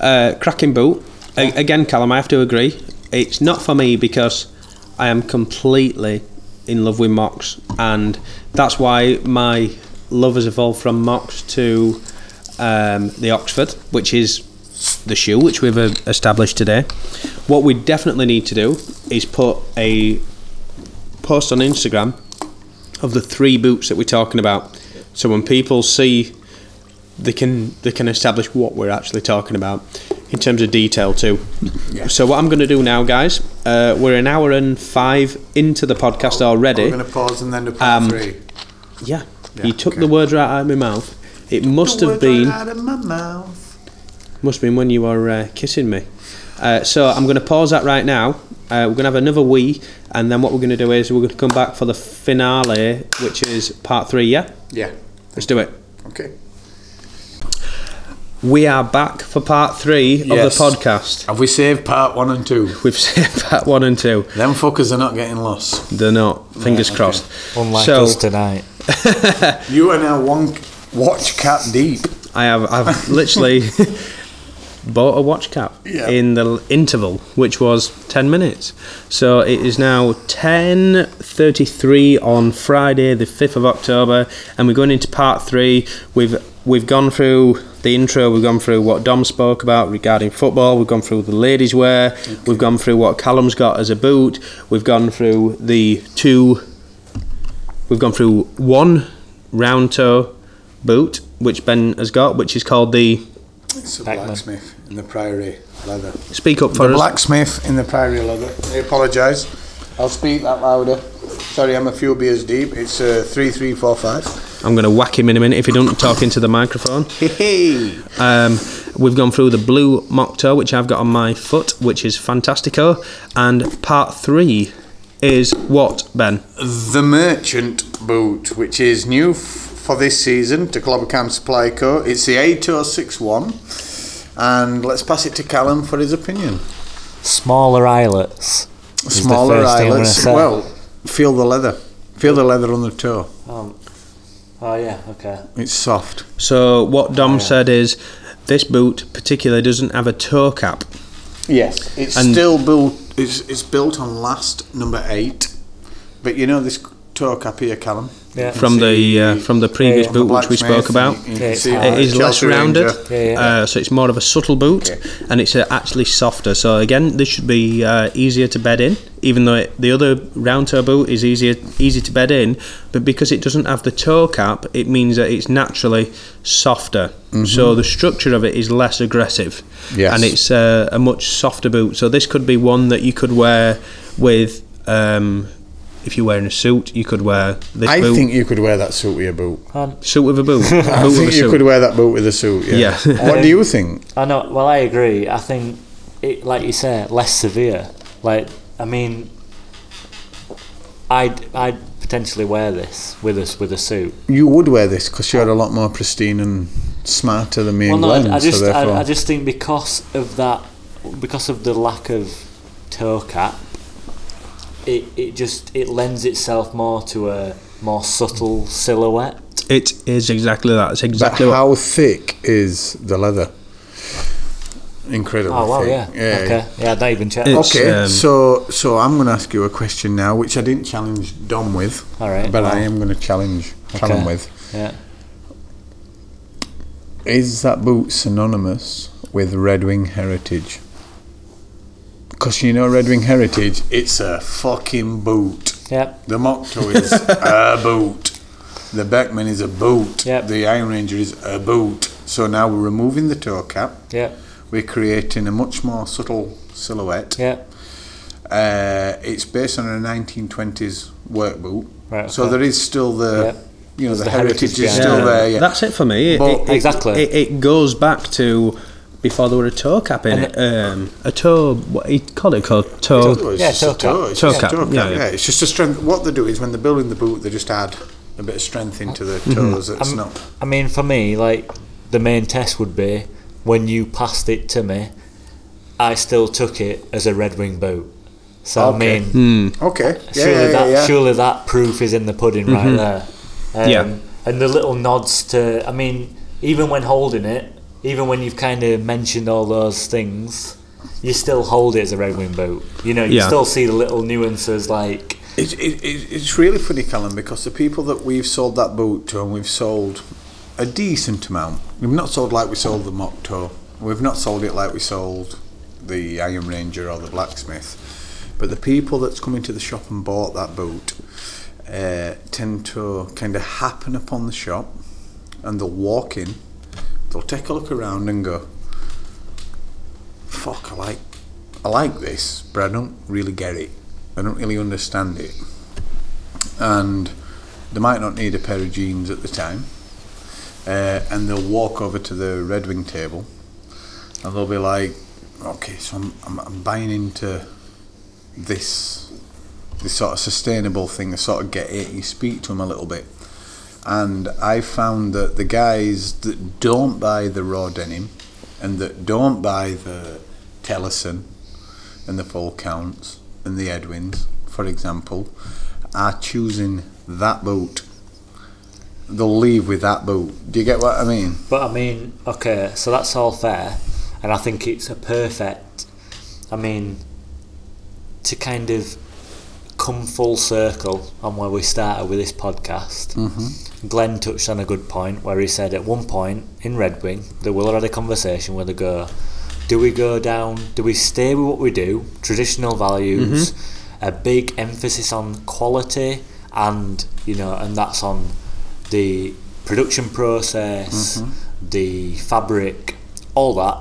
C: uh, cracking boot. A- again, Callum, I have to agree. It's not for me because I am completely in love with Mox, and that's why my love has evolved from Mox to um, the Oxford, which is the shoe which we've uh, established today. What we definitely need to do is put a post on Instagram of the three boots that we're talking about. So when people see, they can they can establish what we're actually talking about in terms of detail too. So what I'm going to do now, guys, uh, we're an hour and five into the podcast already.
B: We're going to pause and then do part
C: Um,
B: three.
C: yeah,
B: Yeah,
C: you took
B: okay.
C: the words right out of my mouth. It must have been
B: out of my mouth.
C: must have been when you were uh, kissing me. Uh, so I'm going to pause that right now. Uh, we're going to have another wee, and then what we're going to do is we're going to come back for the finale, which is part three. Yeah,
B: Yeah.
C: let's do it.
B: Okay.
C: We are back for part three
B: Yes.
C: of the podcast.
B: Have we saved part one and two?
C: We've said part one and two.
B: Them fuckers are not getting lost.
C: They're not. Fingers
B: okay.
C: crossed.
D: Unlike
C: so
D: us tonight.
B: You are now one watch cap deep.
C: I have. I've literally bought a watch cap
B: Yeah.
C: in the l- interval, which was ten minutes. So it is now ten thirty-three on Friday, the fifth of October, and we're going into part three. We've we've gone through the intro. We've gone through what Dom spoke about regarding football. We've gone through the ladies' wear. We've gone through what Callum's got as a boot. We've gone through the two We've gone through one round toe boot, which Ben has got, which is called the
B: It's a
D: Pac-Man.
B: blacksmith in the priory leather.
C: Speak Up For
B: The
C: Us.
B: blacksmith in the priory leather. I apologise. I'll speak that louder. Sorry, I'm a few beers deep. It's uh, three, three, four, five.
C: I'm going to whack him in a minute if he doesn't talk into the microphone.
B: Hey,
C: Um, we've gone through the blue mock toe, which I've got on my foot, which is fantastico. And part three is what, Ben?
B: the merchant boot, which is new f- for this season to Clobbercam Supply Co. It's the 8061, and let's pass it to Callum for his opinion.
D: Smaller eyelets. is the
B: Smaller
D: first thing I'm gonna
B: eyelets.
D: say.
B: Well, feel the leather. Feel the leather on the toe.
D: Um, oh yeah. Okay.
B: It's soft.
C: So, what Dom said is this boot, particularly, doesn't have a toe cap.
B: Yes, it's
C: And-
B: still built. It's, it's built on last number eight, but you know this toe cap here, Callum.
D: Yeah.
C: From the uh, from the previous
D: on
C: boot which we spoke about,
D: It's hard.
C: Uh,
B: Uh,
C: It is less rounded,
D: Yeah, yeah.
C: Uh, so it's more of a subtle boot,
B: Okay.
C: and it's uh, actually softer. So again, this should be uh, easier to bed in, even though it, the other round toe boot is easier easy to bed in. But because it doesn't have the toe cap, it means that it's naturally softer. So the structure of it is less aggressive,
B: Mm-hmm. Yes.
C: and it's uh, a much softer boot. So this could be one that you could wear with. Um, if you're wearing a suit, you could wear this
B: I
C: boot.
B: think you could wear that suit with a boot.
D: Um,
C: suit with a boot. boot
B: I
C: with a
B: think you
C: suit.
B: could wear that boot with a suit. Yeah.
C: Yeah.
B: what do you think?
D: I know. Well, I agree. I think, it, like you say, less severe. Like, I mean, I'd I'd potentially wear this with us with a suit.
B: You would wear this because you're a lot more pristine and smarter than me
D: Well,
B: and
D: no,
B: Glenn.
D: I, I just
B: so therefore,
D: I, I just think because of that, because of the lack of toe cap, it it just it lends itself more to a more subtle silhouette.
C: It is exactly that. It's
B: but
C: exactly what.
B: how thick is the leather? Incredible.
D: Oh wow, yeah, okay, yeah, I'd not even checked.
C: It's-
B: Okay,
C: um,
B: so so I'm going to ask you a question now, which I didn't challenge Dom with,
D: All right,
B: but I
D: well.
B: am going to challenge Callum
D: Okay.
B: with.
D: Yeah,
B: Is that boot synonymous with Red Wing Heritage? Because you know Red Wing Heritage, it's a fucking boot.
D: yeah,
B: The Mokto is a boot. The Beckman is a boot.
D: Yep.
B: The Iron Ranger is a boot. So now we're removing the toe cap.
D: yeah,
B: We're creating a much more subtle silhouette.
D: yeah.
B: Uh, it's based on a 1920s work boot.
D: Right,
B: So
D: okay.
B: there is still the,
D: Yep.
B: you know, the,
D: the
B: heritage,
D: heritage
B: is
D: behind
B: still
D: it.
B: there. Yeah.
C: That's it for me. It,
B: But-
C: it- it-
D: Exactly.
C: It, it goes back to before there were a toe cap in
D: And
C: it. Um, a toe. What he called it called toe.
B: Oh, it's
D: Yeah,
B: just a
D: toe cap.
B: toe, it's
C: Toe
B: just a
C: cap,
B: toe cap,
C: yeah, yeah.
B: yeah. It's just a strength. What they do is when they're building the boot, they just add a bit of strength into the toes. That's
D: Hmm. I'm-
B: not.
D: I mean, for me, like the main test would be when you passed it to me. I still took it as a Red Wing boot. So
B: Okay.
D: I mean,
C: Hmm.
B: Okay. Yeah,
D: surely
B: yeah, yeah,
D: that
B: yeah.
D: surely that proof is in the pudding right there. Um,
C: Mm-hmm. Yeah.
D: and the little nods to I mean, even when holding it, even when you've kind of mentioned all those things, you still hold it as a Red Wing boot. You know, you
C: Yeah.
D: still see the little nuances like
B: It's, it, it, it's really funny, Callum, because the people that we've sold that boot to, and we've sold a decent amount. We've not sold like we sold the mock toe. We've not sold it like we sold the Iron Ranger or the Blacksmith. But the people that's come into the shop and bought that boot uh, tend to kind of happen upon the shop, and they'll walk in, they'll take a look around and go, fuck, I like, I like this, but I don't really get it. I don't really understand it. And they might not need a pair of jeans at the time. Uh, and they'll walk over to the Red Wing table and they'll be like, okay, so I'm, I'm, I'm buying into this, this sort of sustainable thing. I sort of get it. You speak to them a little bit. And I found that the guys that don't buy the raw denim and that don't buy the Tellison and the full counts and the Edwins, for example, are choosing that boot. They'll leave with that boot. Do you get what I mean?
D: But I mean, okay, so that's all fair, and I think it's a perfect. I mean, to kind of come full circle on where we started with this podcast. Glenn touched on a good point where he said at one point in Red Wing that Will had a conversation where they go, "Do we go down? Do we stay with what we do? Traditional values, a big emphasis on quality, and you know, and that's on the production process, the fabric, all that,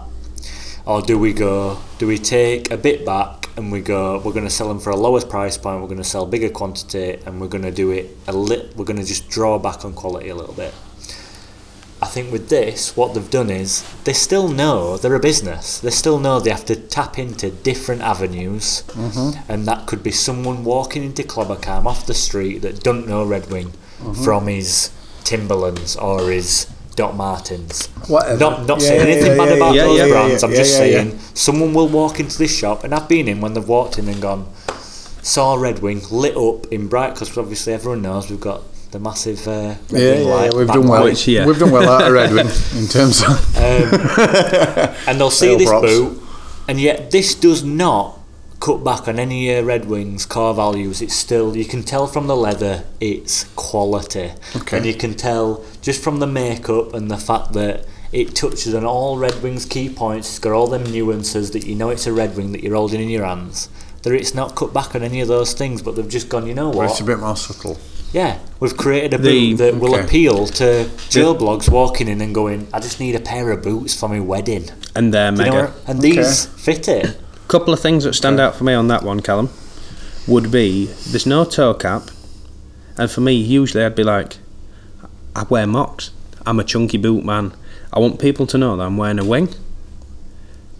D: or do we go? Do we take a bit back and we go? We're going to sell them for a lowest price point. We're going to sell bigger quantity, and we're going to do it a lit. We're going to just draw back on quality a little bit. I think with this, what they've done is they still know they're a business. They still know they have to tap into different avenues,
B: Mm-hmm.
D: and that could be someone walking into Clobbercam off the street that don't know Red Wing
B: Mm-hmm.
D: from his Timberlands or his Dot Martens.
B: Whatever.
D: Not not
B: Yeah,
D: saying
B: yeah,
D: anything
B: yeah,
D: bad
B: yeah,
D: about
C: yeah,
D: those
C: yeah, yeah,
D: brands.
B: yeah,
D: I'm
B: yeah,
D: just
B: yeah,
D: saying
B: yeah.
D: someone will walk into this shop, and I've been in when they've walked in and gone, saw Red Wing lit up in bright because obviously everyone knows we've got the massive uh, Red Wing light.
B: we've
D: backlight.
B: done well.
C: Which, yeah.
B: We've done well out of Red Wing in terms of. Um,
D: and they'll see
B: Sale
D: this
B: props.
D: boot, and yet this does not cut back on any uh, Red Wings core values. It's still you can tell from the leather it's quality,
B: Okay.
D: and you can tell just from the makeup and the fact that it touches on all Red Wings key points. It's got all them nuances that you know it's a Red Wing that you're holding in your hands. That it's not cut back on any of those things, but they've just gone. You know
B: But it's a
D: what?
B: bit more subtle.
D: Yeah, we've created a
C: The-
D: boot that will
B: okay.
D: appeal to Joe blogs walking in and going. I just need a pair of boots for my wedding.
C: and they're
D: You know,
C: mega.
D: and these fit it.
C: couple of things that stand out for me on that one, Callum, would be there's no toe cap, and for me, usually I'd be like, I wear mocks. I'm a chunky boot man. I want people to know that I'm wearing a wing.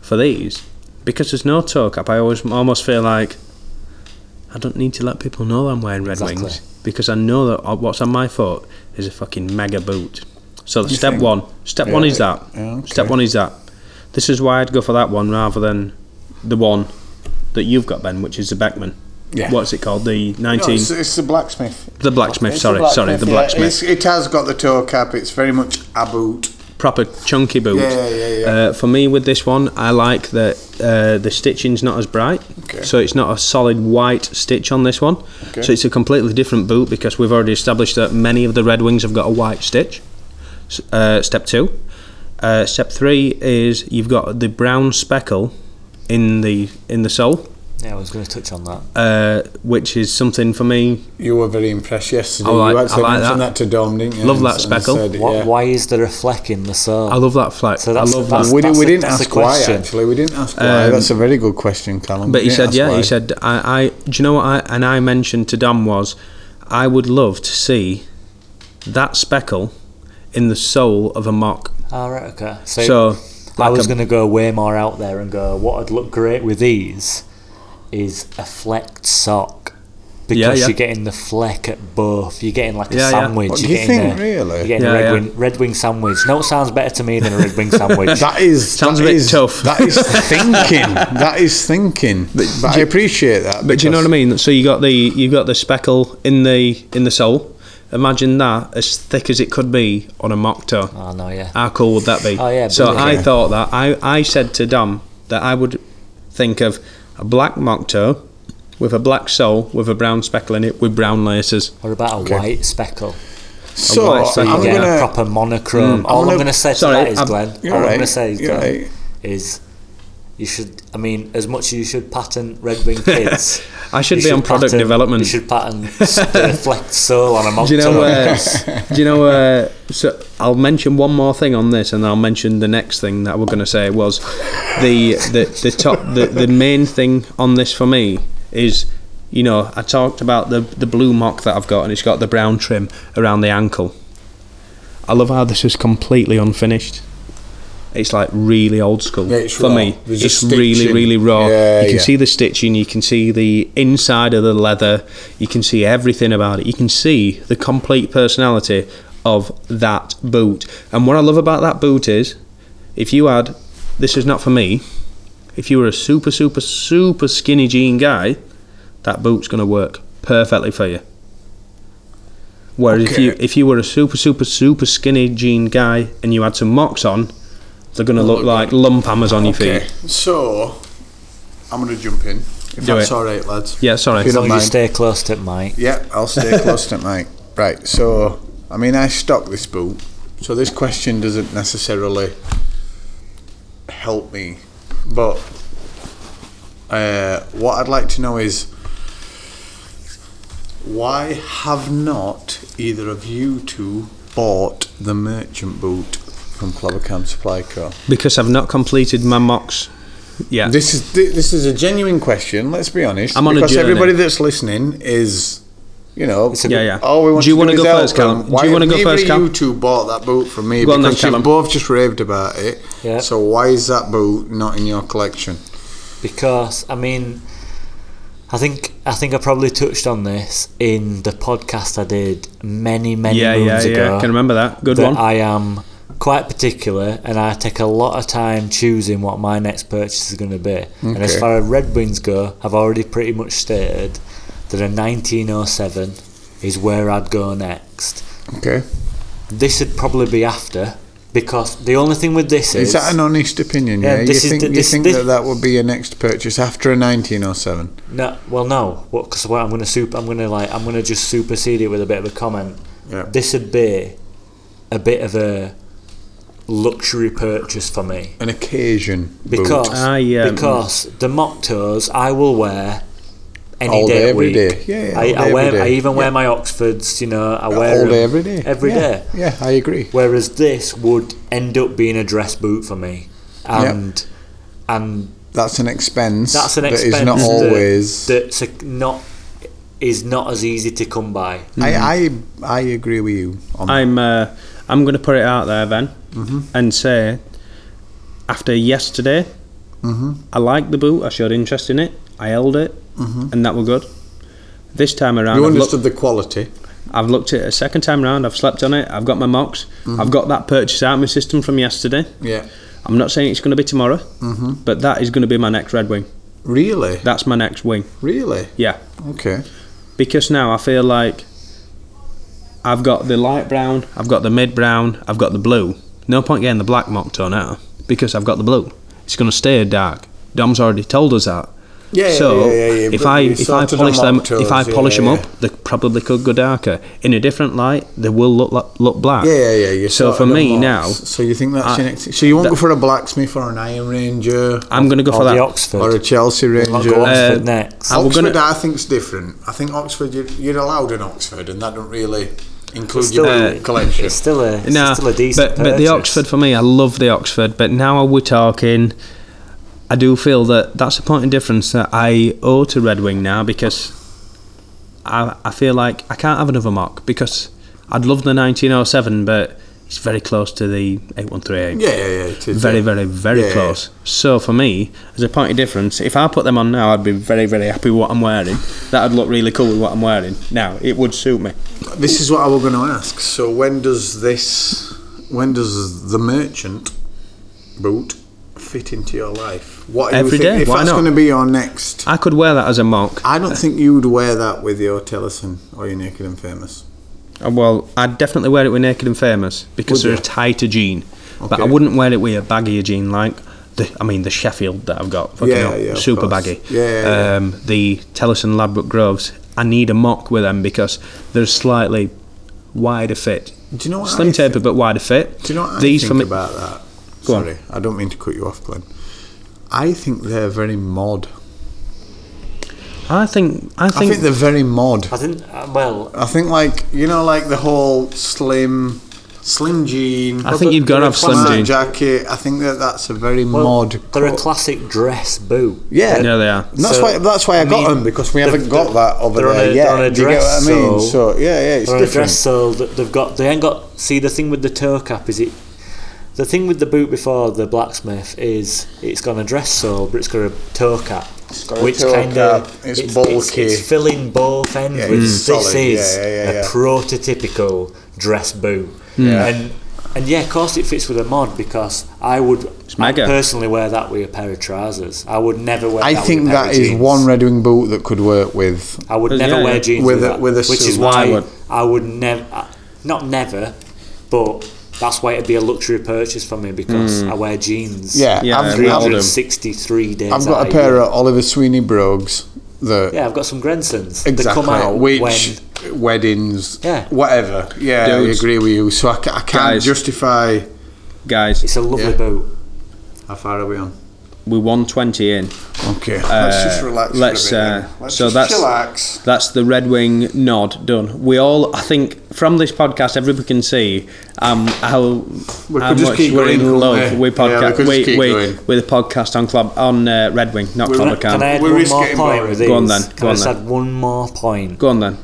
C: For these, because there's no toe cap, I always almost feel like I don't need to let people know I'm wearing red
D: Exactly.
C: wings because I know that uh, what's on my foot is a fucking mega boot. So the
B: You
C: step
B: think?
C: one, step one
B: Yeah.
C: is that.
B: Yeah,
C: Step
B: okay.
C: one is that. This is why I'd go for that one rather than the one that you've got, Ben, which is the Beckman.
B: Yeah.
C: What's it called? The
B: No,
C: 19.
B: it's, it's the blacksmith.
C: the blacksmith,
B: It's
C: sorry,
B: the
C: sorry, the
B: yeah.
C: blacksmith.
B: It's, it has got the toe cap. It's very much a boot.
C: Proper chunky boot.
B: Yeah, yeah, yeah.
C: Uh, for me, with this one, I like that uh, the stitching's not as bright.
B: Okay.
C: So it's not a solid white stitch on this one.
B: Okay.
C: So it's a completely different boot because we've already established that many of the Red Wings have got a white stitch. S- Uh, step two. Uh, step three is you've got the brown speckle in the in the sole,
D: Yeah, I was going to touch on that.
C: uh, which is something for me
B: You were very impressed yesterday.
C: I like-
B: you
C: I
B: actually
C: like
B: mentioned
C: that.
B: Oh, that. to Dom, didn't you?
C: Love
B: And-
C: that
B: and
C: speckle.
B: said it,
D: What,
B: yeah.
D: Why is there a fleck in the sole?
C: I love that flex.
D: So that's-
C: I love
D: that's-
C: that.
B: we, didn't, we
D: a-
B: didn't
D: that's a
B: ask why,
D: question.
B: actually. We didn't ask why.
C: Um,
B: that's a very good question, Callum.
C: But
B: We
C: he
B: didn't
C: said,
B: ask
C: yeah,
B: why.
C: he said, I, I, do you know what I, and I mentioned to Dom was, I would love to see that speckle in the soul of a mock.
D: All Ah, right, okay. So,
C: So,
D: I
C: like
D: was
C: a-
D: going to go way more out there and go. What would look great with these is a flecked sock. because
C: Yeah, yeah.
D: you're getting the fleck at both. You're getting like a
C: Yeah, yeah.
D: sandwich.
B: What do
D: you're
B: you
D: getting
B: think,
D: a,
B: really?
D: You're getting
C: Yeah,
D: a red,
C: yeah.
D: wing, red wing sandwich. No, it sounds better to me than a red wing sandwich.
B: That is
C: Sounds
B: that
C: a bit
B: is-
C: tough.
B: That is thinking. that is thinking. But, I appreciate that.
C: But do you know
B: because-
C: what I mean? So you got the you got the speckle in the in the sole. Imagine that as thick as it could be on a mocktail.
D: oh no, yeah.
C: How cool would that be?
D: Oh, yeah,
C: So I
D: brilliant.
C: thought that I, I said to Dom that I would think of a black mocto with a black sole with a brown speckle in it with brown laces.
D: What about a white speckle?
B: So
C: Alright, so
D: So you
B: I'm
D: get
B: gonna
D: a proper monochrome.
B: Mm.
D: All
B: I'm gonna-
D: I'm, going to say to
C: sorry,
D: that is,
C: I'm-
D: Glenn.
B: you're
D: All I'm
B: right,
D: going to say is,
B: you're
D: Glenn,
B: right.
D: is you should. I mean, as much as you should pattern Red Wing kids.
C: I should
D: you
C: be on product
D: pattern-
C: development.
D: You should pattern Fleck Soul on a
C: Do
D: mountain.
C: you know? Uh, do you know? Uh, so I'll mention one more thing on this, and I'll mention the next thing that we're going to say was the the the top the, the main thing on this for me is you know I talked about the the blue mock that I've got, and it's got the brown trim around the ankle. I love how this is completely unfinished. It's like really old school
B: Yeah, it's
C: for
B: raw.
C: me.
B: There's a
C: it's really,
B: stitching.
C: really raw.
B: Yeah,
C: you can
B: yeah.
C: see the stitching, you can see the inside of the leather, you can see everything about it. You can see the complete personality of that boot. And what I love about that boot is if you had this is not for me, if you were a super, super, super skinny jean guy, that boot's going to work perfectly for you. Whereas if
B: Okay.
C: you if you were a super super super skinny jean guy and you had some mocks on, they're gonna look like lump hammers on your
B: Okay,
C: feet.
B: so I'm gonna jump in. If
C: Do
B: that's
C: it.
B: all right, lads.
C: Yeah, sorry.
B: If you
D: As long
B: don't
D: as you
B: mind.
D: stay close to it, Mike.
B: Yeah, I'll stay close to it, mate. Right, so I mean, I stock this boot, so this question doesn't necessarily help me. But uh, what I'd like to know is why have not either of you two bought the merchant boot from Clovercam Supply Co?
C: Because I've not completed my mocks. Yeah.
B: This is thi- this is a genuine question. Let's be honest.
C: Uh, I'm on a
B: because
C: journey.
B: everybody that's listening is, you know,
D: a
C: Yeah, yeah.
B: all we want
C: Do you
B: to
C: wanna
B: do is
C: go
B: help
C: first,
B: them.
C: Callum? Do
B: Why
C: you wanna
B: have
C: go
B: neither
C: first,
B: of
C: Callum?
B: You two bought that boot from me
C: Go on then,
B: because
C: Callum.
B: you've both just raved about it.
D: Yeah.
B: So why is that boot not in your collection?
D: because I mean, I think I think I probably touched on this in the podcast I did many many
C: yeah, yeah,
D: moons
C: yeah.
D: ago.
C: Can remember that. Good
D: that
C: one.
D: I am quite particular, and I take a lot of time choosing what my next purchase is going to be. And as
B: Okay.
D: far as Red Wings go, I've already pretty much stated that a 1907 is where I'd go next.
B: Okay.
D: This would probably be after. Because the only thing with this is,
B: Is that an honest opinion?
D: Yeah,
B: Yeah. You
D: this is
B: think
D: the-
B: you
D: this-
B: think
D: this-
B: that that would be your next purchase after a 1907?
D: No, well, no. What? Because what I'm gonna super, I'm gonna like, I'm gonna just supersede it with a bit of a comment.
B: Yeah.
D: This would be a bit of a luxury purchase for me
B: An occasion
D: because
B: boot.
C: Ah, yeah.
D: because the mock toes I will wear any
B: All
D: day,
B: day,
D: of
B: every
D: week.
B: day. Yeah, yeah,
D: I,
B: all
D: I
B: day,
D: wear,
B: every
D: I
B: day.
D: even wear
B: Yeah.
D: my Oxfords. You know, I wear
B: all
D: 'em
B: day every day.
D: every
B: yeah.
D: day.
B: Yeah, I agree.
D: Whereas this would end up being a dress boot for me,
B: Yeah.
D: and and
B: That's an expense.
D: that's an
B: that
D: expense
B: is not
D: that-
B: always.
D: that's a, not is not as easy to come by.
B: I,
C: Mm-hmm.
B: I I agree with you. On that.
C: I'm uh, I'm going to put it out there then
B: Mm-hmm.
C: and say after yesterday,
B: Mm-hmm.
C: I liked the boot. I showed interest in it. I held it, and that were good. This time around,
B: Mm-hmm. You
C: I've,
B: understood
C: looked,
B: the quality.
C: I've looked at it a second time around. I've slept on it. I've got my mocks.
B: Mm-hmm.
C: I've got that purchase out of my system from yesterday.
B: Yeah.
C: I'm not saying it's going to be tomorrow,
B: Mm-hmm.
C: but that is going to be my next Red Wing.
B: Really?
C: That's my next wing.
B: Really?
C: Yeah.
B: Okay.
C: because now I feel like I've got the light brown, I've got the mid brown, I've got the blue. No point getting the black mock tone out because I've got the blue. It's going to stay dark. Dom's already told us that.
B: Yeah, yeah,
C: so
B: yeah, yeah, yeah,
C: if
B: but
C: I
B: you
C: if I
B: sorted them
C: polish them,
B: up to
C: if I
B: us, yeah,
C: polish them
B: yeah.
C: up, they probably could go darker in a different light. They will look like- look black.
B: Yeah, yeah, yeah. you
C: Uh, So
B: sorted
C: for
B: them
C: me
B: out.
C: now,
B: So you think that's
C: I-
B: your next? So you won't
C: that-
B: go for a blacksmith or an Iron Ranger
C: I'm going to go
D: Or
B: oh,
C: for
D: the
C: that.
D: Oxford.
B: or a Chelsea
D: I'll
B: Ranger?
D: go
B: Uh,
D: Oxford
C: Uh, I-
D: next.
C: we're
B: Oxford,
C: gonna-
B: I think's different. I think Oxford, you're, you're allowed in Oxford, and that don't really include
D: still,
B: your
C: uh,
B: collection.
D: it's still a, it's
C: No,
D: still a decent
C: but, but the
D: purchase.
C: Oxford for me, I love the Oxford. But now we're talking, I do feel that that's a point of difference that I owe to Red Wing now because I I feel like I can't have another mock because I'd love the 1907, but it's very close to the 8138.
B: Yeah, yeah, yeah. It is,
C: Very,
B: yeah.
C: very, very
B: Yeah, yeah.
C: close. So for me, as a point of difference, if I put them on now, I'd be very, very happy with what I'm wearing. That would look really cool with what I'm wearing. Now, it would suit me.
B: This is what I was going to ask. So when does this, when does the merchant boot fit into your life? What
C: Every
B: think-
C: day,
B: If
C: why
B: that's
C: not?
B: going to be your next,
C: I could wear that as a mock.
B: I don't think you'd wear that with your Tillison or your Naked and Famous.
C: Uh, Well, I'd definitely wear it with Naked and Famous because
B: Would
C: they're a tighter jean. But I
B: Okay.
C: wouldn't wear it with a baggier jean like the, I mean, the Sheffield that I've got. Fucking
B: Yeah,
C: hell,
B: yeah, of
C: super
B: course.
C: baggy.
B: Yeah, yeah, yeah.
C: um, The Tellison Ladbroke Groves. I need a mock with them because they're slightly wider fit.
B: Do you know what I
C: Slim taper,
B: think?
C: but wider fit.
B: Do you know what
C: These
B: I
C: for
B: think
C: me.
B: about that?
C: Go on.
B: Sorry, I don't mean to cut you off, Glenn. I think they're very mod.
C: I think. I
B: I think,
C: think.
B: they're very mod.
D: I think, uh, well,
B: I think like you know, like the whole slim, slim jean.
C: I think you've got to have slim
B: Smart
C: jean.
B: jacket. I think that that's a very
D: well,
B: mod.
D: they're a
B: cut.
D: classic dress boot.
B: Yeah.
C: Yeah, they are.
B: And that's
D: So,
B: why that's why I,
D: I
B: got
D: mean,
B: them because we
D: they're-
B: haven't got
D: they're-
B: that over
D: they're on
B: there
D: a-
B: yet.
D: they're on a
B: Do you get what I
D: dress,
B: mean?
D: so-
B: So yeah, yeah, it's
D: They're a dress
B: different.
D: sole that they've got. They ain't got. See the thing with the toe cap is it. The thing with the boot before the blacksmith is it's got a dress sole, but it's got a toe cap,
B: got a
D: which
B: toe
D: kind
B: cap,
D: of
B: it's
D: It's,
B: bulky.
D: filling both ends.
B: Yeah,
D: which
B: it's
D: this
B: solid,
D: is
B: yeah, yeah, yeah, Hmm.
D: a
B: yeah.
D: prototypical dress boot,
B: Yeah.
D: and and yeah, of course it fits with a mod because I would I
C: mega.
D: personally wear that with a pair of trousers. I would never wear.
B: I
D: that
B: think
D: with a pair
B: that
D: of
B: is
D: jeans.
B: one Red Wing boot that could work with.
D: I would
C: Yeah,
D: never
C: yeah.
D: wear jeans
B: With
D: with,
B: a-
D: that,
B: with a
D: which is
B: suit.
D: why
C: I would.
D: I would never, not never, but that's why it'd be a luxury purchase for me because
C: Hmm.
D: I wear jeans.
B: Yeah,
C: Yeah,
B: I've,
C: we all do.
B: I've,
D: 363 days.
B: I've got
D: out
B: a
D: of
B: pair
D: year.
B: of Oliver Sweeney brogues that
D: Yeah, I've got some Grensons. They
B: exactly
D: come out
B: which
D: when
B: weddings,
D: Yeah.
B: whatever. Yeah,
C: Dudes.
B: I agree with you. So I, ca- I can't
C: Guys.
B: justify.
C: guys,
D: it's a lovely
B: Yeah.
D: boot.
B: How far are we on?
C: we're 120 in.
B: Okay, let's just relax.
C: Uh, let's,
B: for a bit then.
C: uh,
B: let's
C: so
B: just
C: that's-
B: chillax.
C: That's the Red Wing nod done. We all, I think, from this podcast, everybody can see um, how,
B: We
C: how
B: could just
C: much
B: keep
C: we're
B: going,
C: in
B: couldn't
C: love
B: we?
C: with
B: Yeah, we
C: podcast.
B: could just
C: we,
B: keep
C: we,
B: going.
C: with the podcast on club on uh, Red Wing, not
B: We're-
C: Club
D: Can I add
B: We're
D: one
B: just
D: more
B: getting
D: point
B: boring.
D: with these?
C: Go on then,
D: Can
C: go
D: I
C: on
D: just
C: then.
D: add one more point?
C: Go on then.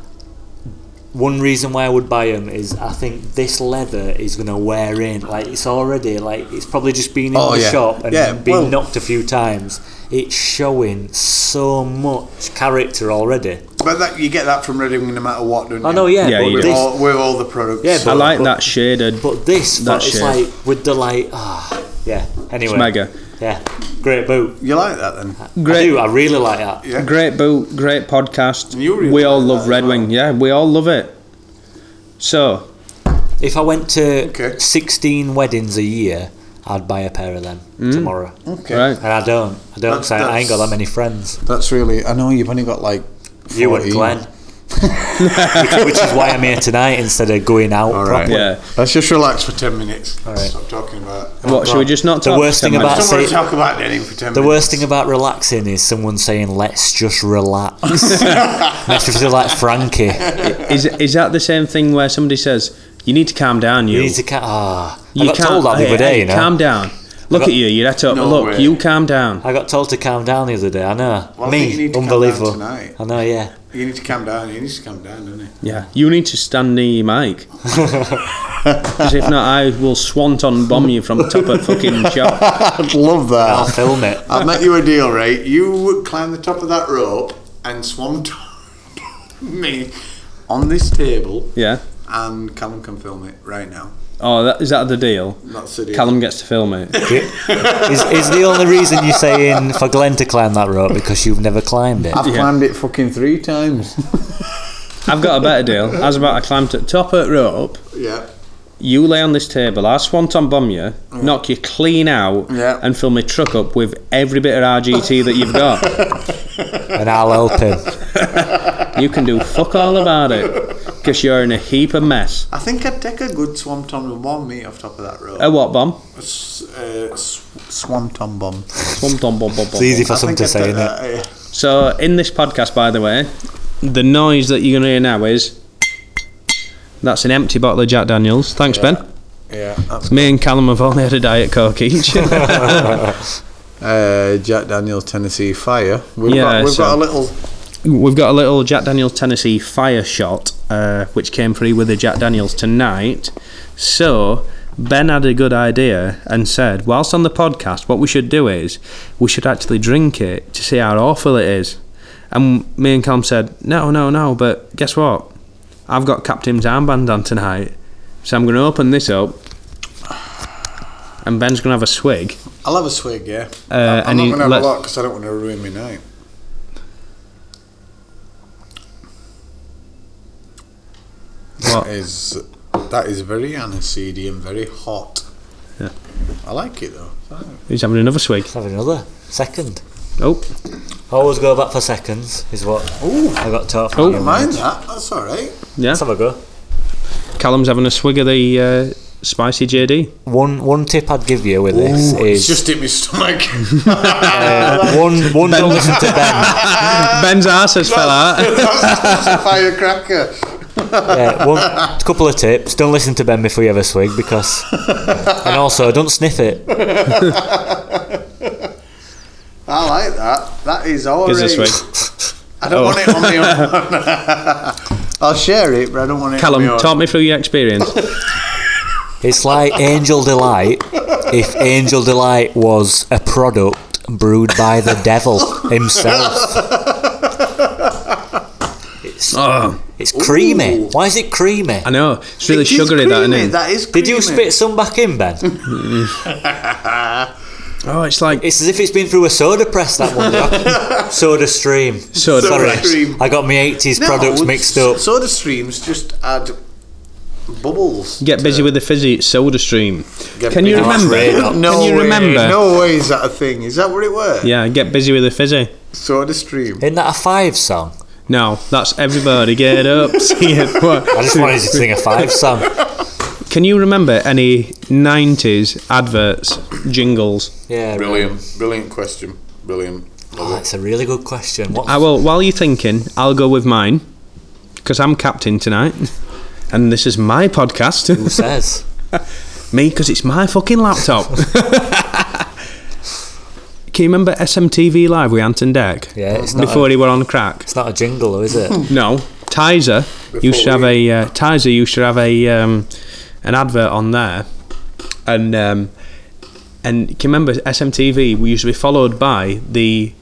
D: one reason why I would buy them is I think this leather is going to wear in. Like it's already like it's probably just been in
B: Oh,
D: the
B: yeah.
D: shop and
B: Yeah,
D: been
B: well-
D: knocked a few times. It's showing so much character already.
B: But that, you get that from Red Wing no matter what, don't you?
D: I know, yeah,
C: Yeah,
D: but
C: you
B: With
C: do.
D: this,
B: all, with all the products.
D: Yeah,
C: I
D: but-
C: like
D: but-
C: that shaded.
D: but this,
C: That
D: but it's
C: shape.
D: like with the like, ah, yeah. Anyway,
C: mega.
D: Yeah, great boot.
B: you like that then?
C: Great.
D: I do. I really like that.
B: Yeah.
C: Great boot, great podcast.
B: You really
C: we all
B: like
C: love
B: that
C: Red
B: as well.
C: Wing. Yeah, we all love it. So,
D: If I went to
B: Okay.
D: sixteen weddings a year, I'd buy a pair of them
B: Mm.
D: tomorrow.
B: Okay.
C: right.
D: And I don't. I don't.
B: That's-
D: 'cause I, I ain't got that
B: that's-
D: many friends.
B: That's really. I know you've only got like.
D: You and
B: 14.
D: Glenn. which, which is why I'm here tonight instead of going out.
B: All right.
D: properly.
C: Yeah.
B: Let's just relax for ten minutes. All
D: right.
B: Stop talking about.
C: What, should we just not
D: The
C: talk?
D: worst
C: for
D: thing
C: 10
D: about-
B: I
C: minutes?
B: don't want
D: say-
B: to talk about anything for ten
D: The
B: minutes.
D: worst thing about relaxing is someone saying, "Let's just relax." Makes me feel like Frankie.
C: is, is that the same thing where somebody says, you need to calm down, you?
D: You need to ca- ah. I
C: You
D: got
C: can't-
D: told that the
C: hey,
D: other day.
C: hey,
D: you know,
C: Calm down. Look
D: got-
C: at you, you're at up.
B: No
C: Look,
B: way.
C: you calm down.
D: I got told to calm down the other day. I know.
B: Well, I
D: Me,
B: think you need to calm down
D: unbelievable.
B: tonight.
D: I know. Yeah.
B: You need to calm down. You need to calm down, don't you?
C: Yeah, you need to stand near your mic. Because if not, I will swanton bomb you from top of fucking shop.
B: I'd love
D: I'll
B: that.
D: film it.
B: I'll make you a deal, right? You would climb the top of that rope and swam to me on this table,
C: Yeah.
B: and Callum can film it right now.
C: Oh, that, is that the deal?
B: That's the deal.
C: Callum gets to film it.
D: Is, is the only reason you're saying for Glenn to climb that rope because you've never climbed it?
B: I've
C: Yeah.
B: climbed it fucking three times.
C: I've got a better deal. I was about to climb to top of rope.
B: yeah.
C: You lay on this table. I swanton bomb you, knock you clean out,
B: Mm. Yeah.
C: and fill my truck up with every bit of RGT that you've got.
D: And I'll help him.
C: You can do fuck all about it because you're in a heap of mess.
B: I think I'd take a good swanton with one meat off top of that
D: Oh.
B: rope.
C: A what bomb?
B: A s- uh, sw- swanton bomb.
C: Bum, bum, bum, bum,
D: It's
C: bum.
D: easy for
B: I
D: some
B: think
D: to
B: I'd
D: say,
B: take
D: is
B: that, eh.
C: So, in this podcast, by the way, the noise that you're going to hear now is that's an empty bottle of Jack Daniels. Thanks, Ben.
B: Yeah, that's
C: Me and Callum have only had a Diet Coke each.
B: uh, Jack Daniel's Tennessee Fire. We've,
C: Yeah,
B: got, we've
C: so-
B: got a little.
C: We've got a little Jack Daniels Tennessee fire shot, uh, which came free with the Jack Daniels tonight. So, Ben had a good idea and said, whilst on the podcast, what we should do is we should actually drink it to see how awful it is. And me and Calm said, no, no, no, but guess what? I've got Captain's armband on tonight, so I'm going to open this up, and Ben's going to have a swig.
B: I'll have a swig, yeah.
C: Uh,
B: I'm
C: and
B: not
C: he
B: going to have
C: let-
B: a lot because I don't want to ruin my night.
C: What?
B: That is, that is very aniseedy and very hot.
C: Yeah.
B: I like it though. Fine.
C: He's having another swig.
D: Let's have another second.
C: Oh,
D: Always go back for seconds is what
B: Ooh,
D: I got taught.
C: Oh.
D: From
B: don't
D: you,
B: mind
D: mate.
B: that. That's all right.
C: yeah.
D: Let's have a go.
C: Callum's having a swig of the uh, spicy JD.
D: One one tip I'd give you with this
B: Ooh, it's
D: is
B: just in my stomach.
D: uh, one one don't listen to Ben.
C: Ben's arse has fell out.
B: That's a firecracker.
D: Yeah, one a couple of tips. Don't listen to Ben before you have a swig because, and also don't sniff it.
B: I like that. That is all
C: Gives a
B: right.
C: swig.
B: I don't
C: Oh.
B: want it on my own. I'll share it, but I don't want it on my
C: Callum,
B: own.
C: talk me through your experience.
D: It's like Angel Delight if Angel Delight was a product brewed by the devil himself. It's,
C: Oh,
D: it's creamy.
B: Ooh.
D: Why is it creamy?
C: I know. It's really
B: It is
C: sugary, that,
B: creamy,
C: isn't it?
B: That is creamy.
D: Did you spit some back in, Ben?
C: Oh, it's like
D: It's as if it's been through a soda press, that one. yeah. soda stream.
C: Soda
D: Sorry,
B: stream.
D: I got my 80s products
B: it's-
D: mixed up.
B: Soda streams just add bubbles.
C: get busy with the fizzy it's soda stream.
B: Get
C: Can you
B: busy.
C: remember?
D: Radar.
B: No
C: Can you
B: way.
C: remember?
B: No way is that a thing. Is that what it was?
C: Yeah, get busy with the fizzy.
B: Soda stream.
D: Isn't that a five song?
C: No, that's everybody get up, see it. What?
D: I just wanted you to sing a five song.
C: Can you remember any '90s adverts jingles?
D: Yeah,
B: Brilliant. Brilliant question. Brilliant.
D: Oh, that's a really good question. What
C: I will. Uh, While you're thinking, I'll go with mine because I'm captain tonight, and this is my podcast.
D: who says?
C: Me, because it's my fucking laptop. Can you remember SMTV Live with Anton Deck?
D: Yeah, it's not
C: Before he were on crack.
D: It's not a jingle, though, is it?
C: No, Tizer used to have a uh, Tizer used to have a um, an advert on there, and um, and can you remember SMTV we used to be followed by the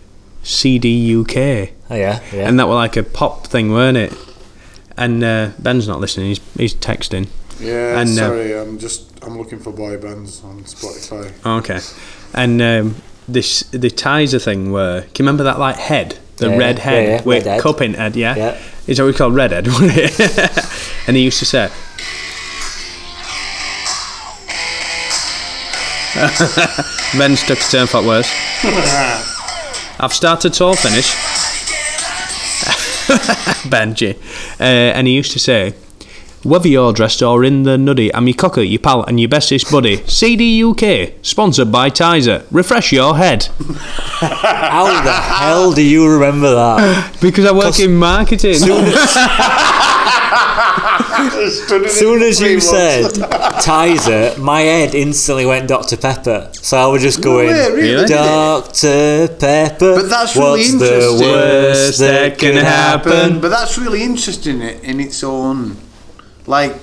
C: CD UK,
D: Oh, yeah, yeah.
C: and that were like a pop thing, weren't it? And uh, Ben's not listening; he's he's texting.
B: Yeah,
C: And, um,
B: sorry. I'm just I'm looking for boy bands on Spotify.
C: Okay, and um, this the Tizer thing were. Can you remember that like head, the
D: Yeah,
C: red
D: yeah,
C: head
D: yeah,
C: with
D: red head.
C: cup in head? Yeah,
D: Yeah.
C: It's what we call red head, wasn't it? and he used to say. Ben took a turn for worse. I've started to all finish. Benji. Uh, and he used to say, whether you're dressed or in the nuddy, I'm your cocker, your pal, and your bestest buddy. CD UK, sponsored by Tizer. Refresh your head.
D: How the hell do you remember that?
C: Because I work in marketing.
D: As soon as you said Tizer, my head instantly went Dr. Pepper. So I was just going,
B: way, really? Really?
D: Dr. Pepper.
B: But that's really
D: what's the
B: interesting.
D: worst that can happen?
B: But that's really interesting i- in its own. Like,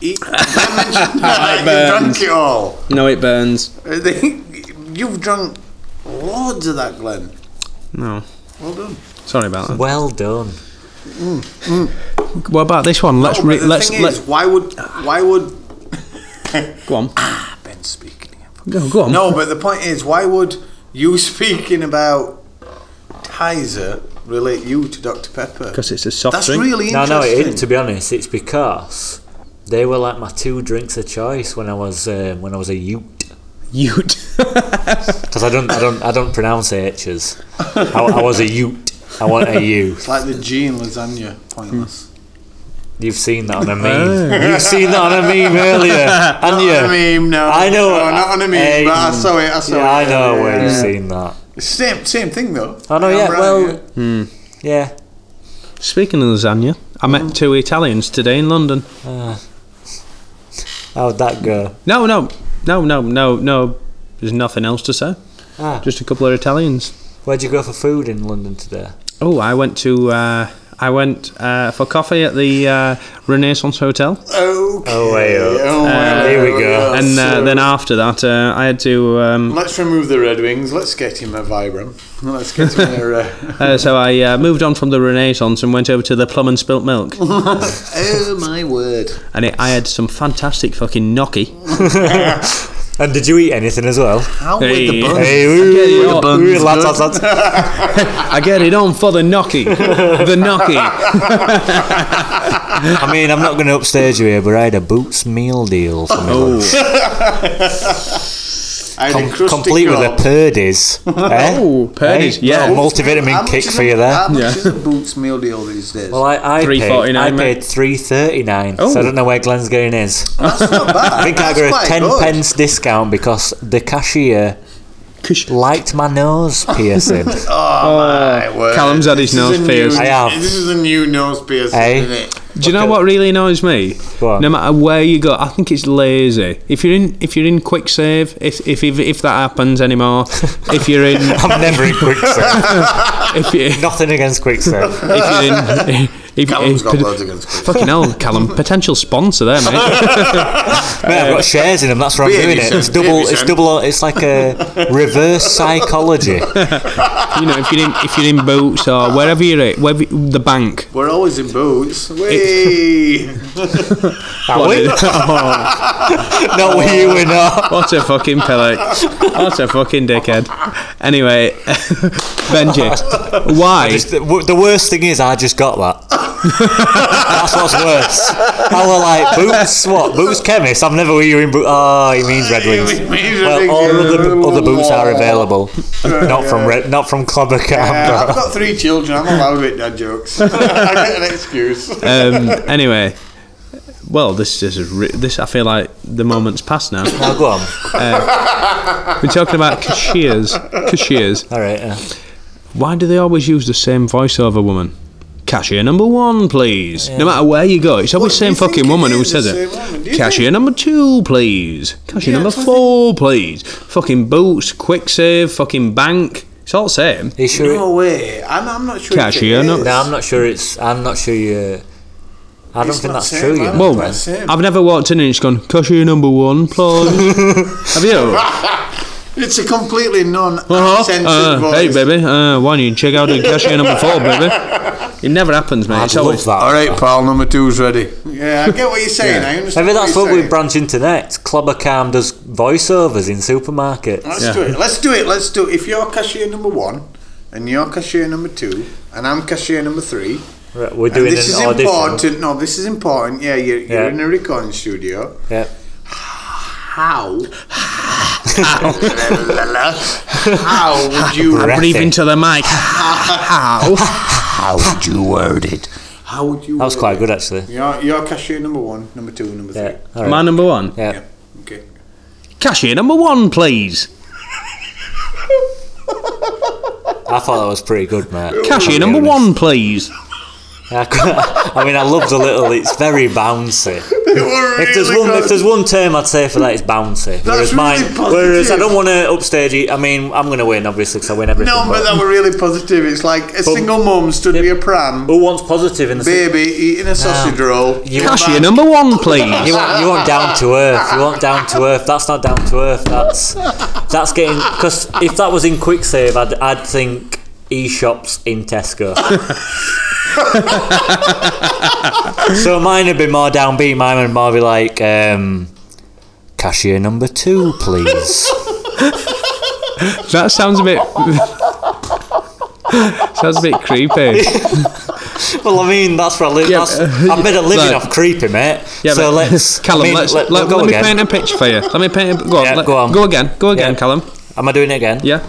B: he, I mentioned that you
C: burns.
B: drank it all.
C: no, it burns.
B: I think You've drunk loads of that, Glenn.
C: No.
B: Well done.
C: Sorry about that.
D: Well done.
C: What about this one? Let's
B: Oh, but
C: re-
B: the
C: let's
B: thing is,
C: let
B: why would why would
C: go on.
B: Ben speaking? again.
C: Go, go on.
B: No, but the point is, why would you speaking about Tizer relate you to Dr Pepper?
C: Because it's a soft
B: That's
C: drink.
B: really
D: No,
B: interesting.
D: no, it, to be honest, it's because they were like my two drinks of choice when I was um, when I was a ute.
C: Ute.
D: Because I don't, I don't, I don't pronounce H's. I, I was a ute. I want a U.
B: like the gene lasagna, pointless.
D: You've seen that on a meme. You've seen that on a meme earlier, and
B: Oh. Not
C: Hmm.
D: you.
B: on a meme, no.
D: I know.
B: No, not on a meme,
D: Hey,
B: but I saw it. I saw
D: yeah,
B: it.
D: I know where you've
B: Yeah.
D: seen that.
B: Same, same thing though.
D: I know.
B: I'm
D: Oh, Yeah.
B: right,
D: well.
B: yeah.
D: Yeah.
C: Speaking of lasagna, I met two Italians today in London.
D: uh, How'd that go?
C: No, no, no, no, no, no. There's nothing else to say.
D: Ah,
C: Just a couple of Italians.
D: where'd you go for food in London today?
C: Oh, I went to uh, I went uh, for coffee at the uh, Renaissance Hotel.
B: Okay.
D: Oh, way up.
B: Oh, well,
D: Here we go.
B: yes.
C: and uh,
B: Oh, So,
C: then after that, uh, I had to. Um,
B: let's remove the Red Wings. Let's get him a Vibram. Let's get him a. Uh,
C: uh, so I uh, moved on from the Renaissance and went over to the Plum and Spilt Milk,
B: Mm-hmm. oh my word!
C: and it, I had some fantastic fucking gnocchi.
D: And did you eat anything as well?
B: How
C: Hey.
B: with the bun?
D: Hey, woo,
C: get it all.
D: woo, woo, lads, lads, lads.
C: I get it on for the gnocchi, the gnocchi.
D: I mean, I'm not going to upstage you here, but I had a Boots meal deal for me.
C: Oh,
B: I had a
D: Com-
B: crusty
D: complete with
B: corn.
D: a Purdy's. eh?
C: Oh, Purdy's,
D: Eh?
C: yeah.
D: Little multivitamin
B: How much
D: kick
B: is
D: for
B: a-
D: you
B: How
D: there.
B: much
C: Yeah.
B: is a Boots meal deal these days?
D: Well, I, I paid,
C: 3.49,
D: I
C: mate.
D: paid three thirty nine. So
C: Oh.
D: I don't know where Glenn's going is.
B: that's not bad.
D: I think I
B: That's
D: got a
B: quite
D: ten
B: good.
D: pence discount because the cashier liked my nose piercing.
B: Oh, my word.
C: Callum's had his
B: This is
C: nose
B: a new-
C: pierced.
D: I have.
B: This is a new nose piercing,
D: Hey.
B: isn't it?
C: Do you know what really annoys me?
D: What?
C: No matter where you go, I think it's lazy. If you're in, if you're in quick save, if if if, if that happens anymore, if you're in,
D: I'm never in quicksand.
C: if you.
D: Nothing against quicksand.
C: If you're in, if,
B: Callum's
C: if,
B: got
C: pot-
B: loads against Chris.
C: fucking hell, Callum, potential sponsor there, mate.
D: Mate, I've got shares in them. That's why I'm
B: Baby
D: doing it.
B: son,
D: It's double.
B: baby
D: It's
B: son.
D: double. It's like a reverse psychology.
C: you know, if you're in, if you're in boots or wherever you're at, wherever, the bank.
B: We're always in boots. Whee!
D: Are we?
C: What a,
D: Not with you, we're not.
C: what a fucking pillock. What a fucking dickhead. Anyway, Benji, why?
D: Just the, w- the worst thing is, I just got that. That's what's worse. I were like, Boots, what? Boots chemist? I'm never with you in Boots. Oh, he means Red Wings. Well, all other, other boots are available. Not from Red, not from Clubber
B: Uh,
D: Camp.
B: I've got three children. I'm allowed with dad jokes. I get an excuse.
C: Um, anyway, well, this is a ri- this. I feel like the moment's passed now.
D: Now go on.
C: We're talking about cashiers. Cashiers.
D: All right. uh, yeah.
C: Why do they always use the same voiceover woman? Cashier number one, please. No matter where you go, it's always the
B: do you
C: same
B: think
C: fucking
B: it
C: woman who
B: is,
C: says
B: the
C: it.
B: same woman? Do you
C: Cashier
B: think-
C: number two, please. Cashier
B: Yeah,
C: number
B: that's what I
C: four, please. Fucking boots, quick save, fucking bank. It's all the same.
D: Are you sure?
B: No way. I'm, I'm not sure.
C: Cashier,
B: if it
C: no.
B: is.
D: No, I'm not sure. It's. I'm not sure you. I don't
B: It's
D: think
B: not
D: that's
B: same,
D: true. You
B: man.
D: know.
C: Well,
B: That's him.
C: I've never walked in and it's gone, cashier number one, please. Have you?
B: It's a completely
C: Uh-huh.
B: non-accented
C: Uh,
B: voice.
C: hey, baby, uh, why don't you check out the cashier number four, baby? It never happens, mate.
D: I'd
C: It's
D: love
C: always
D: that.
B: All right, pal. Number two's ready. Yeah, I get what you're saying. I understand.
D: Maybe that's
B: what,
D: what
B: you're
D: we
B: saying.
D: branch into next. Clubber Cam does voiceovers in supermarkets.
B: Let's do it. Let's do it. Let's do it. If you're cashier number one, and you're cashier number two, and I'm cashier number three,
D: Right, We're
B: and
D: doing
B: this
D: an
B: is
D: audition.
B: important. No, this is important. Yeah, you're, you're
D: Yeah.
B: in a recording studio.
D: Yeah.
B: How? How would you?
D: Breath
C: breathe
D: it.
C: into the mic.
A: How would you word it?
B: How would you?
D: That was quite good actually.
B: You're, you're cashier number one, number two, number three.
D: Yeah. All right.
C: My number one.
D: yeah.
B: Yeah. Okay.
C: Cashier number one, please.
D: I thought that was pretty good, mate.
C: Cashier number one, please.
D: Yeah, I mean, I love the little. It's very bouncy. If there's
B: Really
D: one,
B: good.
D: if there's one term I'd say for that, it's bouncy. whereas
B: really
D: mine,
B: positive.
D: whereas I don't want to upstage it. I mean, I'm going to win obviously because I win everything.
B: no, but that were really positive. It's like a single mum stood with a pram,
D: who wants positive in the?
B: baby eating a sausage roll.
D: You want,
C: Cashier number one,
D: you
C: please.
D: want, you want down to earth. You want down to earth. That's not down to earth. That's that's getting because if that was in quick save, I'd, I'd think e-shops in Tesco. so mine would be more downbeat. Mine would more be like um, cashier number two, please.
C: That sounds a bit. sounds a bit creepy.
D: Well, I mean, that's what I live.
C: Yeah,
D: that's,
C: but-
D: I've made a living
C: Right.
D: off creepy, mate.
C: Yeah,
D: so
C: but-
D: let's,
C: Callum,
D: I mean,
C: let's,
D: let,
C: let,
D: us go
C: let me
D: again.
C: paint a picture for you. Let me paint. A, go on.
D: Yeah,
C: let-
D: go on.
C: Go again. Go again,
D: Yeah.
C: Callum.
D: Am I doing it again?
C: Yeah.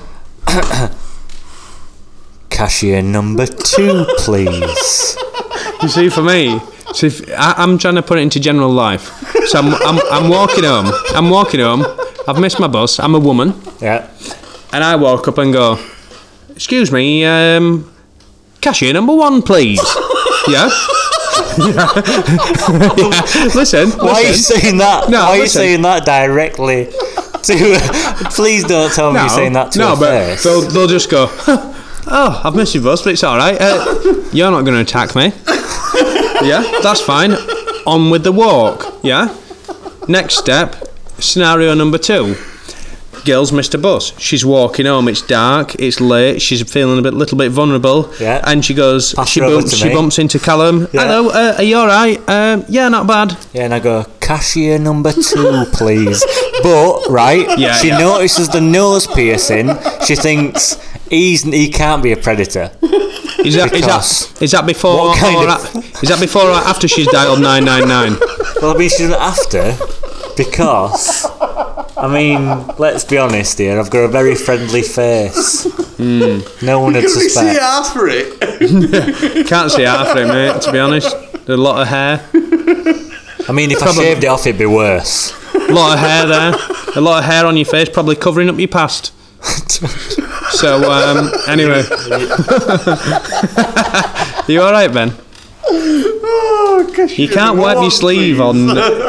D: Cashier number two, please.
C: You see, for me, so if, I, I'm trying to put it into general life. So I'm, I'm, I'm walking home. I'm walking home. I've missed my bus. I'm a woman,
D: yeah.
C: and I walk up and go, "Excuse me, um, cashier number one, please." yeah. yeah. Listen.
D: Why are you
C: listen.
D: saying that?
C: No,
D: Why are you
C: listen.
D: saying that directly? To please don't tell me you're saying that to
C: no,
D: her
C: but
D: face.
C: They'll, they'll just go. Oh, I've missed you both, but it's all right. Uh, you're not going to attack me. Yeah, that's fine. On with the walk. Yeah. Next step, scenario number two. Girls missed a bus. She's walking home. It's dark. It's late. She's feeling a bit, little bit vulnerable.
D: Yeah.
C: And she goes.
D: Pass
C: she
D: her over
C: bumps.
D: to
C: She
D: me.
C: bumps into Callum.
D: Yeah.
C: Hello. Uh, are you all right? Um, yeah, not bad.
D: Yeah, and I go, cashier number two, please. but, right,
C: Yeah,
D: she
C: yeah.
D: notices the nose piercing. She thinks he's, he can't be a predator.
C: Is that is
D: Because-
C: that is that before or,
D: What kind of-
C: a- is that before or after she's dialed nine nine nine?
D: Well, I mean, she's an after because, I mean, let's be honest here, I've got a very friendly face.
C: Hmm.
D: No one would
B: See
D: suspect.
B: half for it.
C: Can't see half of it, mate. To be honest, There's a lot of hair,
D: I mean, if
C: Probably-
D: I shaved it off, it'd be worse.
C: a lot of hair there, a lot of hair on your face, probably covering up your past. So um, anyway, you all right, Ben? You can't wipe your sleeve on.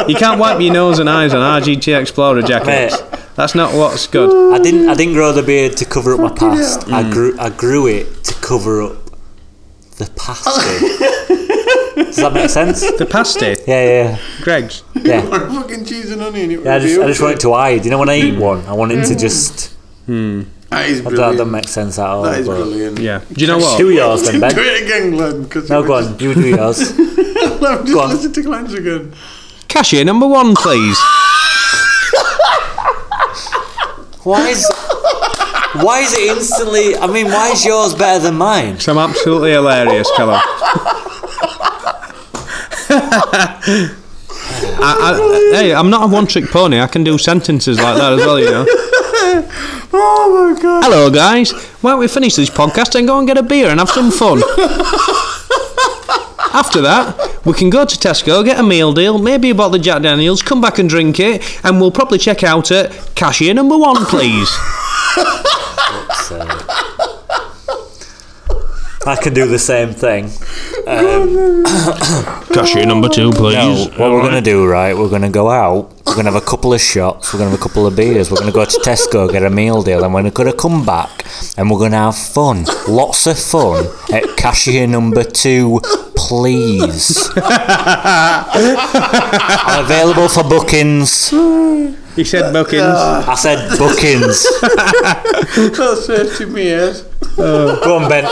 C: You can't wipe your nose and eyes on RGT Explorer jacket.
D: Mate.
C: That's not what's good.
D: I didn't. I didn't grow the beard to cover up my past. I grew. I grew it to cover up the past. Does that make sense?
C: The pasty,
D: Yeah, yeah,
C: Greg's.
D: yeah.
B: fucking cheese and onion. It
D: yeah I
B: would be
D: just, I just
B: awful.
D: want it to hide. You know, when I eat one, I want it to just.
B: That is
D: That
B: Ah, brilliant.
D: doesn't make sense at all.
B: that is
D: but-
B: brilliant.
C: Yeah. Do you know what?
D: Oh. Do yours then,
B: Do
D: Ben.
B: it again, Glenn. 'cause
D: No,
B: we
D: go
B: just-
D: on. You do yours.
B: Let me just
D: Go on.
B: listen to Glenn's again.
C: Cashier number one, please.
D: Why is? Why is it instantly? I mean, why is yours better than mine?
C: So I'm absolutely hilarious, Callum. I, I, hey, I'm not a one-trick pony. I can do sentences like that as well, you know.
B: Oh my god.
C: Hello, guys. Why don't we finish this podcast and go and get a beer and have some fun? After that, we can go to Tesco, get a meal deal, maybe a bottle of Jack Daniels, come back and drink it, and we'll probably check out at cashier number one, please.
D: So, I can do the same thing.
C: cashier number two, please.
D: No, what we're gonna do, right? We're gonna go out. We're gonna have a couple of shots. We're gonna have a couple of beers. We're gonna go to Tesco get a meal deal, and we're gonna come back and we're gonna have fun, lots of fun at cashier number two, please. Available for bookings.
C: He said bookings.
D: I said bookings.
B: That's it to me, yes.
D: Go on, Ben.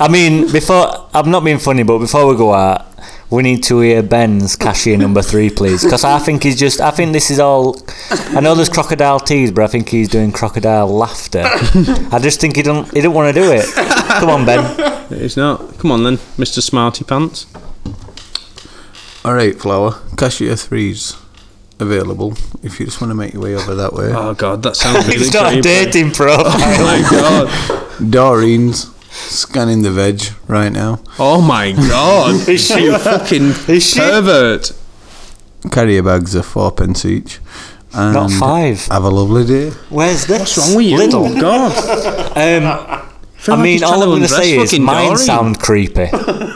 D: I mean, before I'm not being funny, but before we go out, we need to hear Ben's cashier number three, please, because I think he's just. I think this is all. I know there's crocodile tears, but I think he's doing crocodile laughter. I just think he don't. He don't want to do it. Come on, Ben.
C: It's not. Come on then, Mr. Smarty Pants.
B: All right, Flower. Cashier threes available if you just want to make your way over that way.
C: Oh god, that sounds really
D: He's got a
C: creepy.
D: dating profile.
C: Oh my god.
B: Doreen's scanning the veg right now.
C: Oh my god.
D: Is she?
C: you fucking
D: Is she?
C: pervert.
B: Carrier bags are four pence each. And
D: Not five.
B: Have a lovely day.
D: Where's this?
C: What's wrong with you?
D: Little.
C: Oh god.
D: Um,
C: feel
D: I
C: like
D: mean,
C: he's
D: all
C: trying
D: I'm
C: to
D: going to
C: undress
D: say is
C: fucking
D: mine
C: Doreen.
D: sound creepy.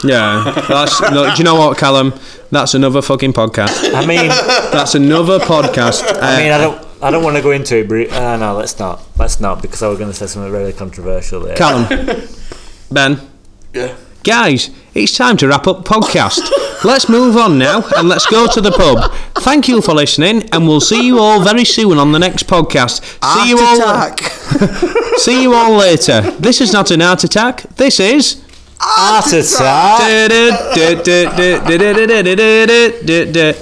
C: Yeah. That's look, do you know what, Callum? That's another fucking podcast.
D: I mean,
C: That's another podcast. Uh,
D: I mean, I don't. I don't want to go into it, but uh, no, let's not. Let's not because I was going to say something really controversial there.
C: Callum. Ben. Yeah. Guys, it's time to wrap up podcast. let's move on now and let's go to the pub. Thank you for listening and we'll see you all very soon on the next podcast. See you all. See you all later. This is not an art attack. This is.
D: Heart attack.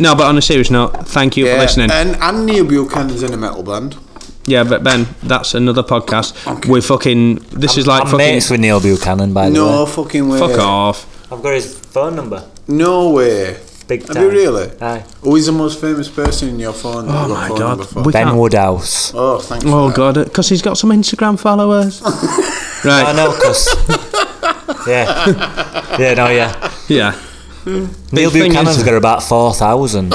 C: No, but on a serious note, thank you for listening.
B: And, and Neil Buchanan's in a metal band.
C: Yeah, but Ben, that's another podcast. We're fucking. This is like
D: I'm
C: fucking.
D: mates with Neil Buchanan, by the
B: No
D: way.
B: fucking way.
C: Fuck off.
D: I've got his phone number.
B: No way.
D: Big
B: Have
D: time.
B: you really?
D: Aye.
B: Who is the most famous person in your phone? that you've got
C: Oh my
B: phone
C: God.
B: number for?
C: We-
D: Ben
C: can't-
D: Woodhouse.
B: Oh, thanks. for
C: Oh
B: that.
C: god, because he's got some Instagram followers.
D: I
C: right.
D: know, cause yeah, yeah, no, yeah.
C: Yeah.
D: Neil
C: thing
D: Buchanan's
C: is-
D: got about four thousand,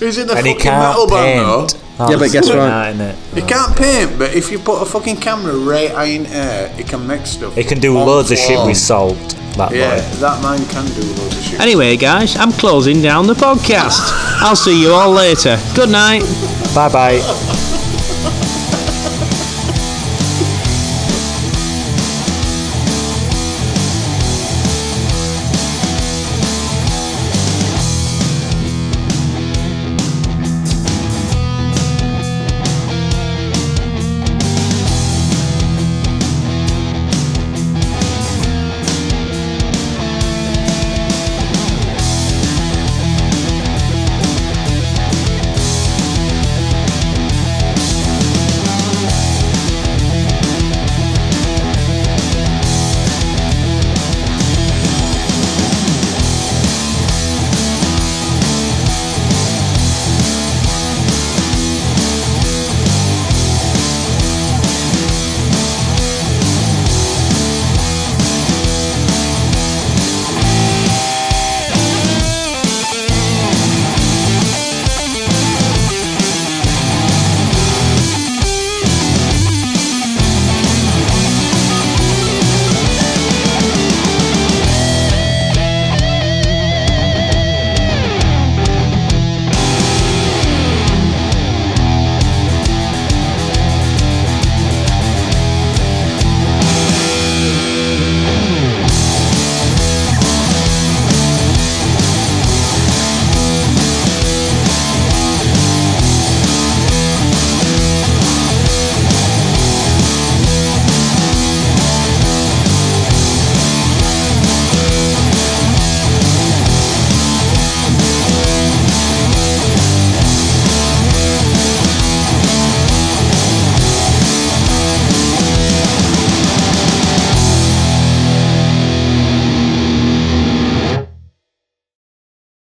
B: He's in a
D: and he
B: fucking
D: can't
B: metal band, though.
D: paint. Oh,
C: Yeah, but guess
D: it's
C: what?
D: not, innit?
B: He can't paint, but if you put a fucking camera right high in air, he can make stuff.
D: He can do
B: on
D: loads
B: the
D: of shit
B: wall.
D: we solved. That
B: Yeah,
D: boy.
B: that man can do loads of shit.
C: Anyway, guys, I'm closing down the podcast. I'll see you all later. Good night.
D: Bye bye.